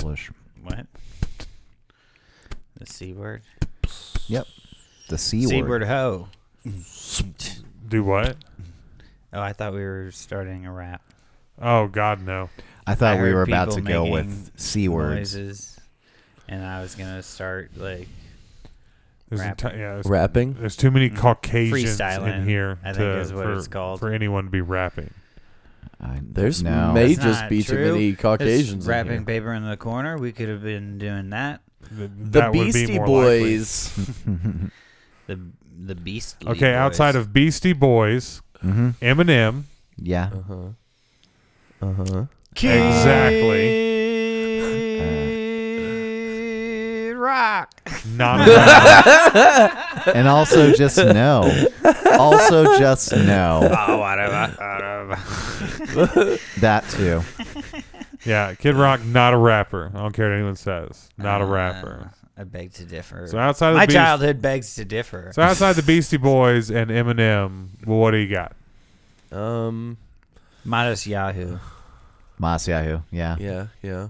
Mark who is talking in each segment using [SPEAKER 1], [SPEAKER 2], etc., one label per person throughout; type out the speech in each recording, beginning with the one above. [SPEAKER 1] English.
[SPEAKER 2] What? The C word?
[SPEAKER 1] Yep. The C,
[SPEAKER 2] C
[SPEAKER 1] word.
[SPEAKER 2] word ho.
[SPEAKER 3] Do what?
[SPEAKER 2] Oh, I thought we were starting a rap.
[SPEAKER 3] Oh God, no.
[SPEAKER 1] I thought we
[SPEAKER 2] heard
[SPEAKER 1] were about
[SPEAKER 2] people
[SPEAKER 1] to go
[SPEAKER 2] making
[SPEAKER 1] with C words.
[SPEAKER 2] Noises. And I was going to start like
[SPEAKER 3] There's a
[SPEAKER 2] Rapping.
[SPEAKER 3] ti- yeah, there's,
[SPEAKER 4] Rapping.
[SPEAKER 3] there's too many
[SPEAKER 2] Mm.
[SPEAKER 3] Caucasians
[SPEAKER 2] Freestyling,
[SPEAKER 3] in here
[SPEAKER 2] I think
[SPEAKER 3] to-
[SPEAKER 2] is what
[SPEAKER 3] for,
[SPEAKER 2] it's called.
[SPEAKER 3] for anyone to be rapping.
[SPEAKER 1] I,
[SPEAKER 4] There's
[SPEAKER 1] no.
[SPEAKER 4] may
[SPEAKER 2] That's
[SPEAKER 4] just
[SPEAKER 2] not
[SPEAKER 4] be
[SPEAKER 2] true.
[SPEAKER 4] too many Caucasians.
[SPEAKER 2] It's
[SPEAKER 4] in
[SPEAKER 2] wrapping
[SPEAKER 4] here.
[SPEAKER 2] paper in the corner. We could have been doing that.
[SPEAKER 3] Th-
[SPEAKER 4] The
[SPEAKER 3] that would be
[SPEAKER 4] Beastie
[SPEAKER 3] more
[SPEAKER 4] Boys.
[SPEAKER 2] The the beast.
[SPEAKER 3] likely. Okay, outside of Beastie Boys,
[SPEAKER 1] mm-hmm.
[SPEAKER 3] Eminem,
[SPEAKER 1] Yeah.
[SPEAKER 4] Uh huh. Uh huh.
[SPEAKER 3] exactly.
[SPEAKER 2] rock.
[SPEAKER 3] Not a-
[SPEAKER 1] And also just no. Also just no.
[SPEAKER 2] Oh, whatever, whatever.
[SPEAKER 1] That too.
[SPEAKER 3] yeah, Kid Rock, not a rapper. I don't care what anyone says. Not a
[SPEAKER 2] Uh,
[SPEAKER 3] rapper.
[SPEAKER 2] I beg to differ.
[SPEAKER 3] So outside of
[SPEAKER 2] My
[SPEAKER 3] the Beast-
[SPEAKER 2] childhood begs to differ.
[SPEAKER 3] So outside the Beastie Boys and Eminem, well, what do you got?
[SPEAKER 4] Um.
[SPEAKER 2] Modest Yahoo.
[SPEAKER 1] Mas Yahoo. Yeah.
[SPEAKER 4] Yeah. Yeah.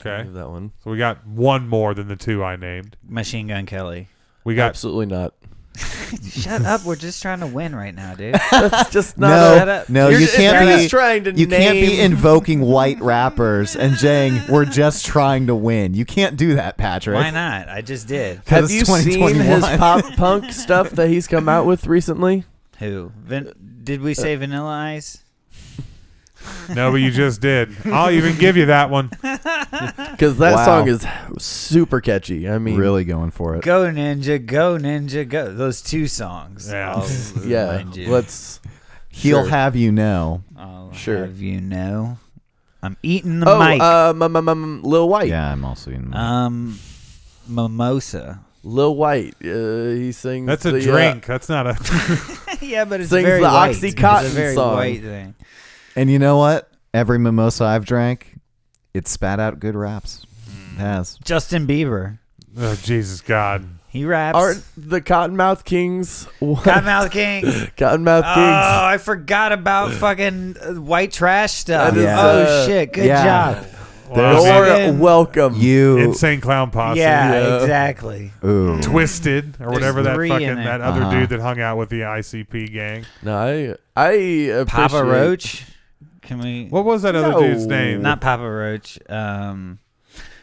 [SPEAKER 3] Okay,
[SPEAKER 4] Give that one.
[SPEAKER 3] so we got one more than the two I named.
[SPEAKER 2] Machine Gun Kelly.
[SPEAKER 3] We got
[SPEAKER 4] Absolutely not.
[SPEAKER 2] Shut up. We're just trying to win right now, dude.
[SPEAKER 4] That's just not.
[SPEAKER 1] No,
[SPEAKER 4] a,
[SPEAKER 1] no,
[SPEAKER 4] You're
[SPEAKER 1] you
[SPEAKER 4] just-
[SPEAKER 1] can't
[SPEAKER 4] you're
[SPEAKER 1] be-
[SPEAKER 4] just trying to
[SPEAKER 1] You can't be
[SPEAKER 4] name-
[SPEAKER 1] invoking white rappers and saying we're just trying to win. You can't do that, Patrick.
[SPEAKER 2] Why not? I just did.
[SPEAKER 1] 'Cause
[SPEAKER 4] Have
[SPEAKER 1] it's
[SPEAKER 4] you seen his
[SPEAKER 1] 2021.
[SPEAKER 4] pop punk stuff that he's come out with recently?
[SPEAKER 2] Who? Van- did we say Vanilla Ice?
[SPEAKER 3] no, but you just did. I'll even give you that one.
[SPEAKER 4] Because that
[SPEAKER 1] Wow.
[SPEAKER 4] song is super catchy. I mean,
[SPEAKER 1] really going for it?
[SPEAKER 2] Go Ninja, Go Ninja, Go. Those two songs.
[SPEAKER 3] Yeah.
[SPEAKER 2] I'll
[SPEAKER 4] yeah.
[SPEAKER 2] remind you.
[SPEAKER 4] Let's.
[SPEAKER 1] He'll
[SPEAKER 4] sure.
[SPEAKER 1] have you know.
[SPEAKER 2] I'll
[SPEAKER 4] Sure.
[SPEAKER 2] have you know. I'm eating the
[SPEAKER 4] Oh,
[SPEAKER 2] mic.
[SPEAKER 4] um, um, um, um, Lil White.
[SPEAKER 1] Yeah, I'm also in.
[SPEAKER 2] um, mimosa.
[SPEAKER 4] Lil White. Uh, he sings.
[SPEAKER 3] That's a
[SPEAKER 4] the, uh,
[SPEAKER 3] drink. That's not a.
[SPEAKER 2] yeah, but it's
[SPEAKER 4] Sings
[SPEAKER 2] very
[SPEAKER 4] the
[SPEAKER 2] white.
[SPEAKER 4] Oxycontin
[SPEAKER 2] it's a very
[SPEAKER 4] song.
[SPEAKER 2] white thing.
[SPEAKER 1] and you know what? Every mimosa I've drank, it spat out good raps. It has.
[SPEAKER 2] Justin Bieber.
[SPEAKER 3] Oh, Jesus God.
[SPEAKER 2] He raps.
[SPEAKER 4] aren't the Cottonmouth Kings? What?
[SPEAKER 2] Cottonmouth King. oh,
[SPEAKER 4] Cottonmouth Kings.
[SPEAKER 2] I forgot about fucking uh, white trash stuff.
[SPEAKER 4] That is,
[SPEAKER 1] Yeah.
[SPEAKER 2] Oh
[SPEAKER 4] uh,
[SPEAKER 2] shit! Good
[SPEAKER 1] yeah.
[SPEAKER 2] job.
[SPEAKER 3] Well, I
[SPEAKER 4] You're
[SPEAKER 3] mean,
[SPEAKER 2] Fucking-
[SPEAKER 4] welcome.
[SPEAKER 1] You
[SPEAKER 3] insane clown posse.
[SPEAKER 2] yeah,
[SPEAKER 4] Yeah.
[SPEAKER 2] exactly.
[SPEAKER 1] ooh.
[SPEAKER 3] Twisted or whatever that
[SPEAKER 2] three in
[SPEAKER 3] fucking
[SPEAKER 2] there.
[SPEAKER 3] that other
[SPEAKER 1] Uh-huh.
[SPEAKER 3] dude that hung out with the ICP gang.
[SPEAKER 4] No, I I appreciate
[SPEAKER 2] Papa Roach. Can we?
[SPEAKER 3] What was that other
[SPEAKER 4] No.
[SPEAKER 3] dude's name?
[SPEAKER 2] Not Papa Roach. Um,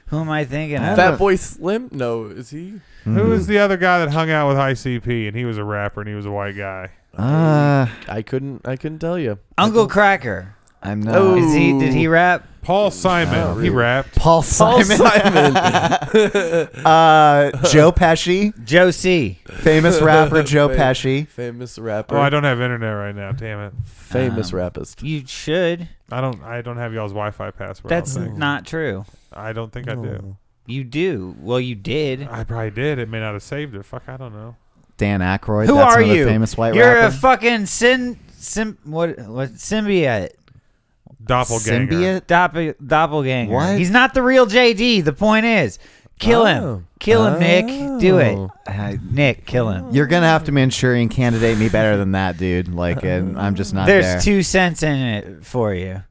[SPEAKER 2] who am I thinking of?
[SPEAKER 4] Fat Boy Slim. No, is he?
[SPEAKER 1] Hmm.
[SPEAKER 3] Who was the other guy that hung out with ICP and he was a rapper and he was a white guy?
[SPEAKER 1] Uh,
[SPEAKER 4] I couldn't. I couldn't tell you.
[SPEAKER 2] Uncle Cracker.
[SPEAKER 1] I'm not.
[SPEAKER 4] Oh.
[SPEAKER 2] Is he? Did he rap?
[SPEAKER 3] Paul Simon.
[SPEAKER 1] No.
[SPEAKER 3] He rapped.
[SPEAKER 1] Paul
[SPEAKER 4] Paul
[SPEAKER 1] Simon.
[SPEAKER 4] Simon,
[SPEAKER 1] uh, Joe Pesci,
[SPEAKER 2] Joe C.
[SPEAKER 1] famous rapper Joe Pesci.
[SPEAKER 4] famous rapper,
[SPEAKER 3] Oh, I don't have internet right now. Damn it.
[SPEAKER 4] famous
[SPEAKER 2] Um,
[SPEAKER 4] rapist.
[SPEAKER 2] You should.
[SPEAKER 3] I don't. I don't have y'all's Wi-Fi password. I don't
[SPEAKER 2] That's
[SPEAKER 3] think.
[SPEAKER 2] not true.
[SPEAKER 3] I don't think I do.
[SPEAKER 2] You do. Well, you did.
[SPEAKER 3] I probably did. It may not have saved it. Fuck, I don't know.
[SPEAKER 1] Dan Aykroyd.
[SPEAKER 2] Who
[SPEAKER 1] that's
[SPEAKER 2] are
[SPEAKER 1] another
[SPEAKER 2] you?
[SPEAKER 1] Famous white
[SPEAKER 2] You're
[SPEAKER 1] rapper.
[SPEAKER 2] a fucking syn Sim. What? What? Symbiote.
[SPEAKER 3] Doppelganger.
[SPEAKER 1] symbiote.
[SPEAKER 2] Doppel, doppelganger.
[SPEAKER 1] What?
[SPEAKER 2] He's not the real JD. The point is, kill
[SPEAKER 4] Oh.
[SPEAKER 2] him. Kill him, Nick. Do it. Uh,
[SPEAKER 4] Oh.
[SPEAKER 1] I-
[SPEAKER 2] Nick, kill him.
[SPEAKER 1] You're gonna have to Manchurian candidate me better than that, dude. Like, and I'm just not
[SPEAKER 2] There's
[SPEAKER 1] there.
[SPEAKER 2] two cents in it for you.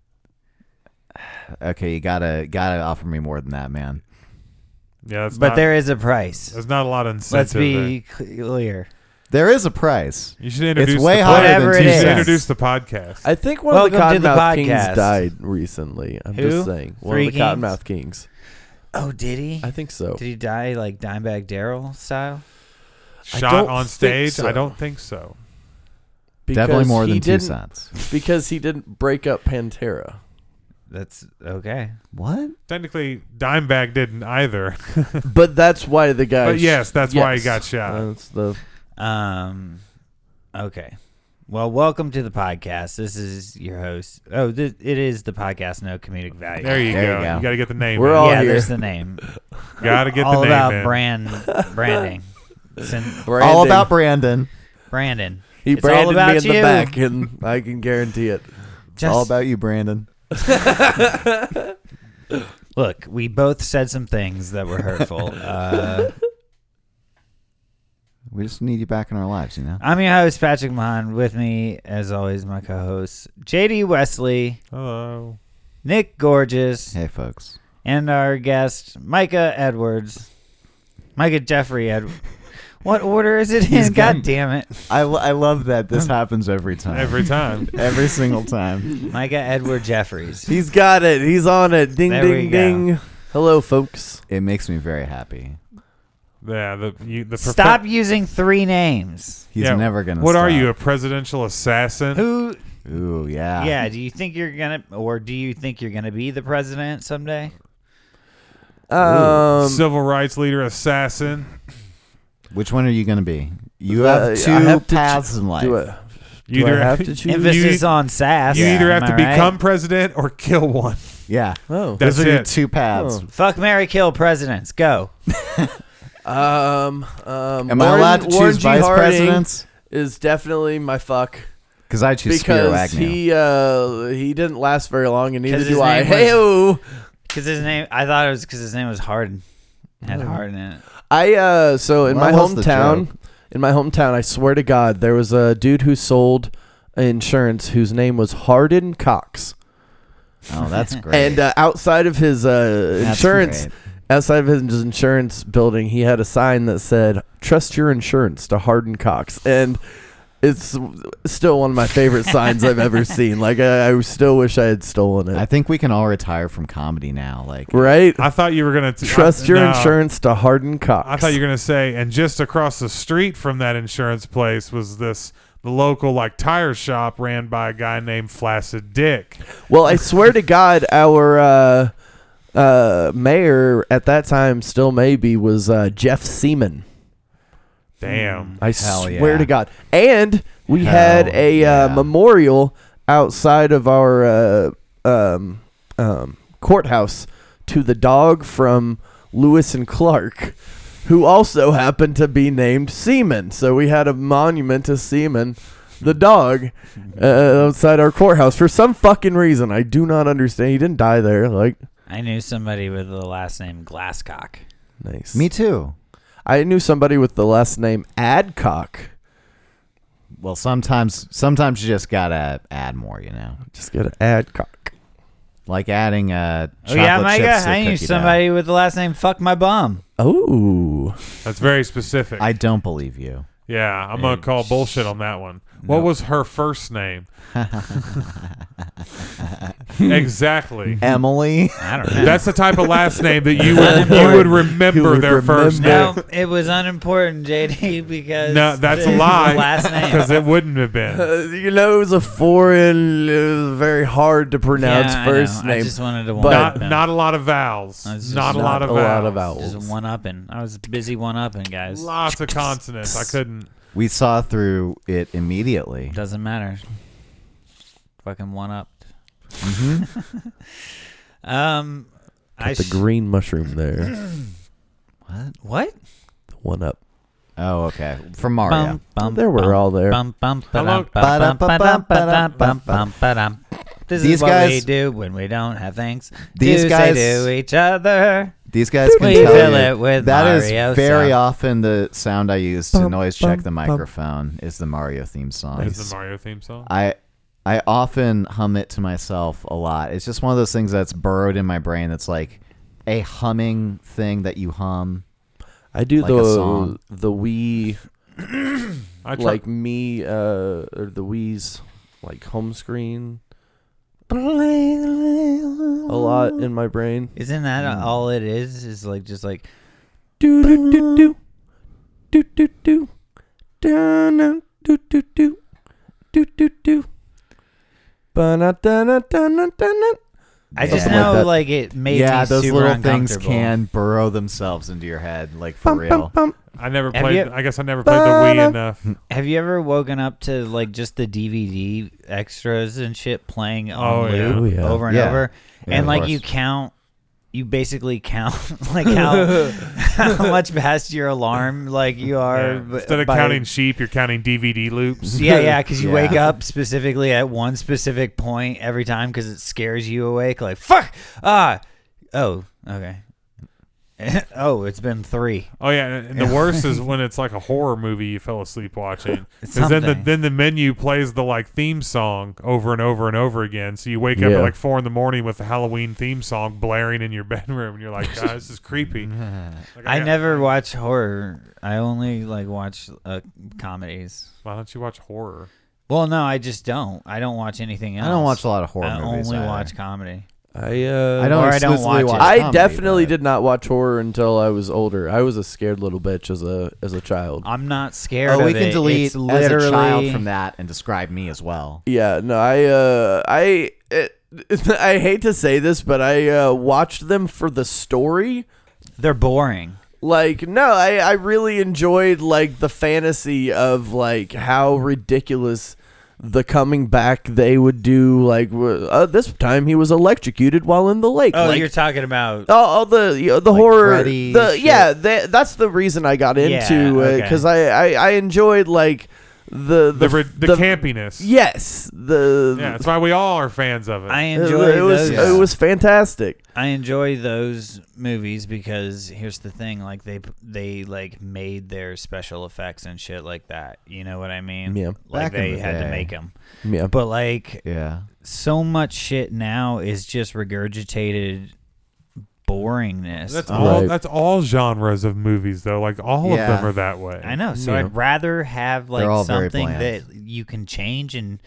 [SPEAKER 1] okay, you gotta gotta offer me more than that, man.
[SPEAKER 3] Yeah, that's
[SPEAKER 2] but
[SPEAKER 3] not,
[SPEAKER 2] there is a price.
[SPEAKER 3] There's not a lot of incentive.
[SPEAKER 2] Let's
[SPEAKER 3] there.
[SPEAKER 2] be clear.
[SPEAKER 1] There is a price.
[SPEAKER 3] You should introduce.
[SPEAKER 1] it's way
[SPEAKER 3] the
[SPEAKER 1] higher
[SPEAKER 3] podcast.
[SPEAKER 2] Whatever
[SPEAKER 1] than
[SPEAKER 2] it
[SPEAKER 1] two
[SPEAKER 3] You should
[SPEAKER 2] is.
[SPEAKER 1] cents.
[SPEAKER 3] introduce the podcast.
[SPEAKER 4] I think one of the
[SPEAKER 2] Welcome to the
[SPEAKER 4] Cottonmouth Kings
[SPEAKER 2] podcast.
[SPEAKER 4] died recently. I'm
[SPEAKER 2] Who?
[SPEAKER 4] just saying. One
[SPEAKER 2] Three
[SPEAKER 4] of the
[SPEAKER 2] Kings?
[SPEAKER 4] Cottonmouth Kings.
[SPEAKER 2] Oh, did he?
[SPEAKER 4] I think so.
[SPEAKER 2] Did he die like Dimebag Daryl style?
[SPEAKER 4] I
[SPEAKER 3] Shot
[SPEAKER 4] don't
[SPEAKER 3] on
[SPEAKER 4] think
[SPEAKER 3] stage.
[SPEAKER 4] so.
[SPEAKER 3] I don't think so.
[SPEAKER 1] Definitely
[SPEAKER 4] Because
[SPEAKER 1] more
[SPEAKER 4] he
[SPEAKER 1] than two
[SPEAKER 4] didn't-
[SPEAKER 1] cents.
[SPEAKER 4] Because he didn't break up Pantera.
[SPEAKER 2] That's okay.
[SPEAKER 1] What?
[SPEAKER 3] Technically, Dimebag didn't either.
[SPEAKER 2] Uh,
[SPEAKER 4] But that's why the guy.
[SPEAKER 3] But yes, that's why he
[SPEAKER 4] yes.
[SPEAKER 3] got shot.
[SPEAKER 2] Uh,
[SPEAKER 4] That's the
[SPEAKER 2] Um, okay. Well, welcome to the podcast. This is your host. Oh, this, it is the podcast. No comedic value.
[SPEAKER 3] There you
[SPEAKER 1] There you
[SPEAKER 3] go. You,
[SPEAKER 1] go.
[SPEAKER 3] got to get the name.
[SPEAKER 4] We're
[SPEAKER 3] in.
[SPEAKER 4] all
[SPEAKER 2] yeah,
[SPEAKER 4] here.
[SPEAKER 2] there's the name.
[SPEAKER 3] got to get
[SPEAKER 2] All
[SPEAKER 3] the name.
[SPEAKER 2] about
[SPEAKER 3] in.
[SPEAKER 2] brand branding. Sin,
[SPEAKER 4] Brandon.
[SPEAKER 1] All about Brandon.
[SPEAKER 2] Brandon.
[SPEAKER 4] He
[SPEAKER 2] It's all
[SPEAKER 4] branded
[SPEAKER 2] about
[SPEAKER 4] me in the
[SPEAKER 2] you.
[SPEAKER 4] back, and I can guarantee it.
[SPEAKER 2] Just
[SPEAKER 1] All about you, Brandon.
[SPEAKER 2] look. We both said some things that were hurtful. uh,
[SPEAKER 1] We just need you back in our lives, you know.
[SPEAKER 2] I'm your host Patrick Mahan. With me, as always, my co-host JD Wesley,
[SPEAKER 3] Hello.
[SPEAKER 2] Nick Gorgeous,
[SPEAKER 1] Hey, folks.
[SPEAKER 2] and our guest Micah Edwards, Micah Jeffrey Edwards. What order is it
[SPEAKER 1] He's
[SPEAKER 2] in? God
[SPEAKER 1] got-
[SPEAKER 2] damn it,
[SPEAKER 1] I, lo- I love that this happens every time.
[SPEAKER 3] Oh. Every time.
[SPEAKER 1] Every single time.
[SPEAKER 2] Micah Edward Jeffries.
[SPEAKER 4] He's got it. He's on it. Ding,
[SPEAKER 2] There we
[SPEAKER 4] ding,
[SPEAKER 2] go.
[SPEAKER 4] ding. Hello, folks.
[SPEAKER 1] It makes me very happy.
[SPEAKER 3] Yeah, the you, the profe-
[SPEAKER 2] Stop using three names.
[SPEAKER 1] He's
[SPEAKER 3] Yeah,
[SPEAKER 1] never gonna.
[SPEAKER 3] What are
[SPEAKER 1] stop.
[SPEAKER 3] you, a presidential assassin?
[SPEAKER 2] Who?
[SPEAKER 1] Ooh, yeah.
[SPEAKER 2] Yeah. Do you think you're gonna, or do you think you're gonna be the president someday?
[SPEAKER 4] Um,
[SPEAKER 3] Civil rights leader assassin.
[SPEAKER 1] Which one are you gonna be? You
[SPEAKER 4] Uh,
[SPEAKER 1] have
[SPEAKER 4] I
[SPEAKER 1] two
[SPEAKER 4] have to
[SPEAKER 1] paths in life.
[SPEAKER 4] do I,
[SPEAKER 3] You
[SPEAKER 4] do I have to choose?
[SPEAKER 2] Emphasis
[SPEAKER 3] you-
[SPEAKER 2] on sass.
[SPEAKER 3] You either
[SPEAKER 2] am
[SPEAKER 3] have to
[SPEAKER 2] I right?
[SPEAKER 3] become president or kill one.
[SPEAKER 1] Yeah.
[SPEAKER 4] Oh.
[SPEAKER 3] That's
[SPEAKER 1] Those are your
[SPEAKER 3] it.
[SPEAKER 1] two paths.
[SPEAKER 2] Fuck Mary Kill presidents. Go.
[SPEAKER 4] Um, um,
[SPEAKER 1] Am I
[SPEAKER 4] Warren-
[SPEAKER 1] allowed to
[SPEAKER 4] Warren
[SPEAKER 1] choose
[SPEAKER 4] G.
[SPEAKER 1] vice
[SPEAKER 4] Harding
[SPEAKER 1] presidents?
[SPEAKER 4] Is definitely my fuck
[SPEAKER 1] Because I choose Spiro
[SPEAKER 4] because
[SPEAKER 1] Agnew.
[SPEAKER 4] he uh he didn't last very long, and neither
[SPEAKER 2] 'Cause his
[SPEAKER 4] do I.
[SPEAKER 2] name was-
[SPEAKER 4] Hey, oh.
[SPEAKER 2] Because his name, I thought it was because his name was Harden. It
[SPEAKER 3] Mm.
[SPEAKER 2] had Harden in it.
[SPEAKER 4] I uh so in
[SPEAKER 1] What
[SPEAKER 4] my
[SPEAKER 1] was the
[SPEAKER 4] hometown, in my hometown, I swear to God, there was a dude who sold insurance whose name was Hardin Cox,
[SPEAKER 1] oh, that's great.
[SPEAKER 4] and uh, outside of his uh
[SPEAKER 1] That's
[SPEAKER 4] insurance,
[SPEAKER 1] great.
[SPEAKER 4] outside of his insurance building, he had a sign that said "Trust your insurance to Hardin Cox," and it's still one of my favorite signs I've ever seen. Like I, I still wish I had stolen
[SPEAKER 1] I
[SPEAKER 4] it.
[SPEAKER 1] think we can all retire from comedy now. Like,
[SPEAKER 4] Right?
[SPEAKER 3] I thought you were gonna t-
[SPEAKER 4] Trust
[SPEAKER 3] I-
[SPEAKER 4] your
[SPEAKER 3] no.
[SPEAKER 4] insurance to Hardin Cox.
[SPEAKER 3] I thought you were gonna say, and just across the street from that insurance place was this the local like tire shop ran by a guy named Flaccid Dick.
[SPEAKER 4] Well, I swear to God, our uh, uh, mayor at that time, still maybe, was uh, Jeff Seaman.
[SPEAKER 3] Damn.
[SPEAKER 4] I
[SPEAKER 1] Hell
[SPEAKER 4] swear
[SPEAKER 1] yeah.
[SPEAKER 4] to God. And we
[SPEAKER 1] Hell
[SPEAKER 4] had a uh,
[SPEAKER 1] yeah.
[SPEAKER 4] memorial outside of our uh, um, um, courthouse to the dog from Lewis and Clark, who also happened to be named Seaman. So we had a monument to Seaman. The dog uh, outside our courthouse for some fucking reason. I do not understand. He didn't die there. Like,
[SPEAKER 2] I knew somebody with the last name Glasscock.
[SPEAKER 4] nice.
[SPEAKER 1] me too.
[SPEAKER 4] I knew somebody with the last name Adcock.
[SPEAKER 1] Well, sometimes, sometimes you just gotta add more. You know,
[SPEAKER 4] Just get an Adcock.
[SPEAKER 1] like adding uh,
[SPEAKER 2] Oh
[SPEAKER 1] chocolate
[SPEAKER 2] yeah, my
[SPEAKER 1] chips
[SPEAKER 2] God!
[SPEAKER 1] to
[SPEAKER 2] I knew
[SPEAKER 1] cookie dough.
[SPEAKER 2] somebody with the last name Fuck My Bum.
[SPEAKER 4] Oh.
[SPEAKER 3] That's very specific.
[SPEAKER 1] I don't believe you.
[SPEAKER 3] yeah, I'm gonna call bullshit on that one. What was her first name? exactly.
[SPEAKER 1] Emily.
[SPEAKER 2] I don't know.
[SPEAKER 3] That's the type of last name that you would you would remember
[SPEAKER 4] You would
[SPEAKER 3] their first
[SPEAKER 4] remember.
[SPEAKER 3] name.
[SPEAKER 2] no, it was unimportant, JD, because
[SPEAKER 3] No, that's
[SPEAKER 2] the-
[SPEAKER 3] a lie.
[SPEAKER 2] The last name.
[SPEAKER 3] Because it wouldn't have been.
[SPEAKER 4] Uh, you know, it was a foreign, it was very hard to pronounce
[SPEAKER 2] Yeah, I
[SPEAKER 4] first
[SPEAKER 2] know. I
[SPEAKER 4] name.
[SPEAKER 2] just wanted to
[SPEAKER 4] but-
[SPEAKER 3] Not,
[SPEAKER 2] one up.
[SPEAKER 3] not a lot of vowels.
[SPEAKER 2] It's just
[SPEAKER 3] Not a
[SPEAKER 2] not
[SPEAKER 3] lot of
[SPEAKER 4] a lot of
[SPEAKER 3] vowels.
[SPEAKER 4] vowels.
[SPEAKER 2] just one upping. I was busy one upping, guys.
[SPEAKER 3] Lots of consonants. I couldn't.
[SPEAKER 1] We saw through it immediately.
[SPEAKER 2] Doesn't matter. Fucking one upped.
[SPEAKER 1] Mm-hmm.
[SPEAKER 2] um, I
[SPEAKER 4] the
[SPEAKER 2] sh- Mm.
[SPEAKER 4] green mushroom there,
[SPEAKER 1] What?
[SPEAKER 2] what?
[SPEAKER 4] the one up.
[SPEAKER 1] Oh, okay. From Mario.
[SPEAKER 4] there we're all there.
[SPEAKER 2] Bum, bum,
[SPEAKER 3] Hello.
[SPEAKER 2] ba-dum, ba-dum, ba-dum, ba-dum, ba-dum, ba-dum, ba-dum. This
[SPEAKER 1] These
[SPEAKER 2] is what
[SPEAKER 1] guys-
[SPEAKER 2] we do when we don't have things
[SPEAKER 1] These
[SPEAKER 2] to
[SPEAKER 1] guys-
[SPEAKER 2] say to each other.
[SPEAKER 1] These guys can
[SPEAKER 2] We
[SPEAKER 1] tell
[SPEAKER 2] fill
[SPEAKER 1] you
[SPEAKER 2] it with
[SPEAKER 1] that is
[SPEAKER 2] Mario
[SPEAKER 1] very
[SPEAKER 2] sound.
[SPEAKER 1] often the sound I use to
[SPEAKER 4] Bum,
[SPEAKER 1] noise check
[SPEAKER 4] bum,
[SPEAKER 1] the
[SPEAKER 4] bum.
[SPEAKER 1] microphone is the Mario theme song.
[SPEAKER 3] Is the Mario theme song?
[SPEAKER 2] Uh,
[SPEAKER 1] I I often hum it to myself a lot. It's just one of those things that's burrowed in my brain that's like a humming thing that you hum.
[SPEAKER 4] I do
[SPEAKER 1] Like a
[SPEAKER 4] the
[SPEAKER 1] song.
[SPEAKER 4] the Wii,
[SPEAKER 3] I try,
[SPEAKER 4] like me, uh, or the Wii's like home screen a lot in my brain.
[SPEAKER 2] Isn't that all it is? Is like just like
[SPEAKER 4] Do do do do do do do do do do do do do do. Ba-na-da-na-da-na-da-na.
[SPEAKER 2] I just
[SPEAKER 1] Something like
[SPEAKER 2] know like,
[SPEAKER 4] that.
[SPEAKER 2] it made
[SPEAKER 1] yeah,
[SPEAKER 2] me
[SPEAKER 1] those
[SPEAKER 2] super
[SPEAKER 1] little things
[SPEAKER 2] uncomfortable.
[SPEAKER 1] can burrow themselves into your head, like for
[SPEAKER 4] Bum,
[SPEAKER 1] real.
[SPEAKER 4] bum, bum.
[SPEAKER 3] I never
[SPEAKER 2] Have
[SPEAKER 3] played.
[SPEAKER 2] you-
[SPEAKER 3] I guess I never played the Wii enough.
[SPEAKER 2] Have you ever woken up to like just the DVD extras and shit playing
[SPEAKER 3] Oh,
[SPEAKER 2] on
[SPEAKER 3] yeah.
[SPEAKER 2] loop
[SPEAKER 4] Oh, yeah.
[SPEAKER 2] over and
[SPEAKER 1] Yeah.
[SPEAKER 2] over,
[SPEAKER 1] Yeah,
[SPEAKER 2] and
[SPEAKER 1] of
[SPEAKER 2] like
[SPEAKER 1] course.
[SPEAKER 2] you count, you basically count like how how much past your alarm like you are
[SPEAKER 3] Yeah.
[SPEAKER 2] b-
[SPEAKER 3] Instead of
[SPEAKER 2] by-
[SPEAKER 3] counting sheep, you're counting DVD loops.
[SPEAKER 2] Yeah, yeah, because you
[SPEAKER 1] Yeah.
[SPEAKER 2] wake up specifically at one specific point every time because it scares you awake. Like fuck, ah, oh, okay. oh, it's been three.
[SPEAKER 3] Oh yeah, and and the worst is when it's like a horror movie you fell asleep watching.
[SPEAKER 2] It's
[SPEAKER 3] 'Cause then the
[SPEAKER 2] something.
[SPEAKER 3] then the menu plays the like theme song over and over and over again. So you wake up
[SPEAKER 4] Yeah.
[SPEAKER 3] at like four in the morning with the Halloween theme song blaring in your bedroom, and you're like, God, this is creepy. Like,
[SPEAKER 2] I
[SPEAKER 3] got-
[SPEAKER 2] never watch horror. I only like watch uh, comedies.
[SPEAKER 3] Why don't you watch horror?
[SPEAKER 2] Well, no, I just don't. I don't watch anything else.
[SPEAKER 1] I don't watch a lot of horror
[SPEAKER 2] I
[SPEAKER 1] movies.
[SPEAKER 2] only
[SPEAKER 1] either.
[SPEAKER 2] watch comedy.
[SPEAKER 4] I uh,
[SPEAKER 1] I don't.
[SPEAKER 2] Or I don't
[SPEAKER 1] exclusively
[SPEAKER 2] watch it.
[SPEAKER 1] watch
[SPEAKER 4] I
[SPEAKER 1] comedy,
[SPEAKER 4] definitely
[SPEAKER 1] but-
[SPEAKER 4] did not watch horror until I was older. I was a scared little bitch as a as a child.
[SPEAKER 2] I'm not scared.
[SPEAKER 1] Oh,
[SPEAKER 2] of
[SPEAKER 1] we can
[SPEAKER 2] it.
[SPEAKER 1] delete
[SPEAKER 2] It's
[SPEAKER 1] as a child
[SPEAKER 2] literally-
[SPEAKER 1] from that and describe me as well.
[SPEAKER 4] Yeah, no, I uh I it, I hate to say this, but I uh watched them for the story.
[SPEAKER 2] They're boring.
[SPEAKER 4] Like no, I I really enjoyed like the fantasy of like how ridiculous the coming back they would do like w- uh, this time he was electrocuted while in the lake.
[SPEAKER 2] Oh,
[SPEAKER 4] like,
[SPEAKER 2] you're talking about.
[SPEAKER 4] all, all Oh, the you know, the
[SPEAKER 1] Like
[SPEAKER 4] horror
[SPEAKER 1] Freddy
[SPEAKER 4] the
[SPEAKER 1] shit.
[SPEAKER 4] yeah that, that's the reason I got
[SPEAKER 2] Yeah,
[SPEAKER 4] into it
[SPEAKER 2] okay.
[SPEAKER 4] because I, I I enjoyed like the
[SPEAKER 3] The
[SPEAKER 4] the
[SPEAKER 3] the, the, campiness.
[SPEAKER 4] yes the
[SPEAKER 3] yeah, that's why we all are fans of it.
[SPEAKER 2] I
[SPEAKER 4] it,
[SPEAKER 2] enjoy
[SPEAKER 4] it was
[SPEAKER 2] those.
[SPEAKER 4] it was fantastic
[SPEAKER 2] I enjoy those movies because here's the thing: like they they like made their special effects and shit like that. You know what I mean?
[SPEAKER 4] Yeah.
[SPEAKER 2] Like
[SPEAKER 1] Back in
[SPEAKER 2] they
[SPEAKER 1] the
[SPEAKER 2] had to
[SPEAKER 1] day.
[SPEAKER 2] make them.
[SPEAKER 4] yeah
[SPEAKER 2] But like
[SPEAKER 1] Yeah.
[SPEAKER 2] so much shit now is just regurgitated boringness.
[SPEAKER 3] that's
[SPEAKER 1] Right.
[SPEAKER 3] all. That's all genres of movies though. Like all of
[SPEAKER 1] Yeah.
[SPEAKER 3] them are that way.
[SPEAKER 2] I know. So
[SPEAKER 4] Yeah.
[SPEAKER 2] I'd rather have
[SPEAKER 1] They're all
[SPEAKER 2] like
[SPEAKER 1] very
[SPEAKER 2] something
[SPEAKER 1] bland.
[SPEAKER 2] that you can change and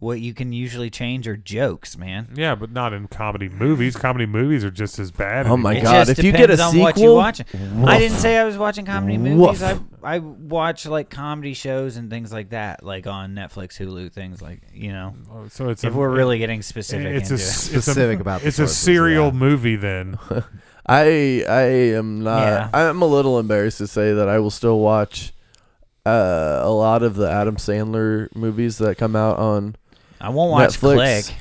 [SPEAKER 2] what you can usually change are jokes, man.
[SPEAKER 3] Yeah, but not in comedy movies. Comedy movies are just as bad.
[SPEAKER 4] Oh my
[SPEAKER 2] It
[SPEAKER 4] God,
[SPEAKER 2] just
[SPEAKER 4] if you
[SPEAKER 2] depends
[SPEAKER 4] get a
[SPEAKER 2] on what you
[SPEAKER 4] sequel,
[SPEAKER 2] watch. I didn't say I was watching comedy movies.
[SPEAKER 4] Woof.
[SPEAKER 2] I I watch like comedy shows and things like that, like on Netflix, Hulu, things like you know.
[SPEAKER 3] god! Oh, So it's
[SPEAKER 2] if
[SPEAKER 3] a,
[SPEAKER 2] we're really getting
[SPEAKER 3] it-
[SPEAKER 2] specific,
[SPEAKER 3] it's
[SPEAKER 2] into
[SPEAKER 3] a
[SPEAKER 2] it.
[SPEAKER 3] s- it's a-
[SPEAKER 1] Specific about the
[SPEAKER 3] it's a
[SPEAKER 1] sources,
[SPEAKER 3] serial
[SPEAKER 1] yeah.
[SPEAKER 3] movie then.
[SPEAKER 4] I I am not
[SPEAKER 2] Yeah.
[SPEAKER 4] I'm a little embarrassed to say that I will still watch uh, a lot of the Adam Sandler movies that come out on
[SPEAKER 2] I won't watch
[SPEAKER 4] Netflix.
[SPEAKER 2] Click.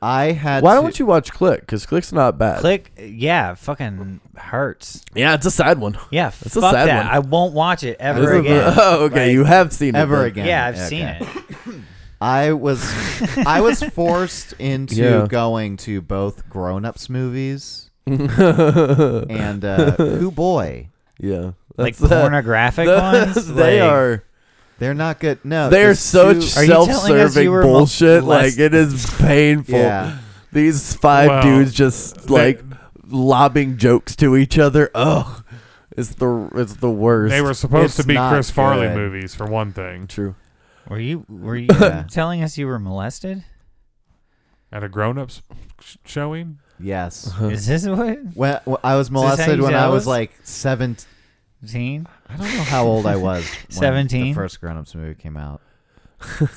[SPEAKER 1] I had.
[SPEAKER 4] Why
[SPEAKER 1] to-
[SPEAKER 4] don't you watch Click? Because Click's not bad.
[SPEAKER 2] Click, yeah, fucking hurts.
[SPEAKER 4] Yeah, it's a sad one.
[SPEAKER 2] Yeah,
[SPEAKER 4] That's a
[SPEAKER 2] fuck
[SPEAKER 4] sad
[SPEAKER 2] that.
[SPEAKER 4] one.
[SPEAKER 2] I won't watch it ever
[SPEAKER 4] This is
[SPEAKER 2] again.
[SPEAKER 4] the- oh, okay.
[SPEAKER 2] Like,
[SPEAKER 4] you have seen it.
[SPEAKER 1] ever
[SPEAKER 4] then.
[SPEAKER 1] again?
[SPEAKER 2] yeah, I've
[SPEAKER 1] Okay.
[SPEAKER 2] seen it.
[SPEAKER 1] I was I was forced into
[SPEAKER 4] Yeah.
[SPEAKER 1] going to both grown ups movies and uh, Who Boy.
[SPEAKER 4] Yeah.
[SPEAKER 2] Like
[SPEAKER 4] That's that-
[SPEAKER 2] pornographic
[SPEAKER 4] the-
[SPEAKER 2] ones.
[SPEAKER 4] they
[SPEAKER 2] Like,
[SPEAKER 4] are
[SPEAKER 1] They're not good. No,
[SPEAKER 4] they are
[SPEAKER 1] just
[SPEAKER 4] so
[SPEAKER 1] two-
[SPEAKER 2] Are you telling us you
[SPEAKER 4] self-serving
[SPEAKER 2] were
[SPEAKER 4] bullshit.
[SPEAKER 2] molest-
[SPEAKER 4] like it is painful.
[SPEAKER 1] yeah.
[SPEAKER 4] These five
[SPEAKER 3] Well,
[SPEAKER 4] dudes just
[SPEAKER 3] they-
[SPEAKER 4] like lobbing jokes to each other. Ugh, it's the it's the worst.
[SPEAKER 3] They were supposed to
[SPEAKER 1] It's
[SPEAKER 3] be
[SPEAKER 1] not
[SPEAKER 3] Chris Farley
[SPEAKER 1] good.
[SPEAKER 3] movies for one thing
[SPEAKER 4] true.
[SPEAKER 2] Were you were you
[SPEAKER 1] Yeah.
[SPEAKER 2] telling us you were molested?
[SPEAKER 3] at a grown-ups sh- showing.
[SPEAKER 1] Yes.
[SPEAKER 2] Is this what
[SPEAKER 1] When, when I was
[SPEAKER 2] this how
[SPEAKER 1] molested
[SPEAKER 2] you
[SPEAKER 1] when I was
[SPEAKER 2] jealous?
[SPEAKER 1] like seven.
[SPEAKER 2] teen?
[SPEAKER 1] I don't know how old I was. when The
[SPEAKER 2] Seventeen?
[SPEAKER 1] first Grown Ups movie came out.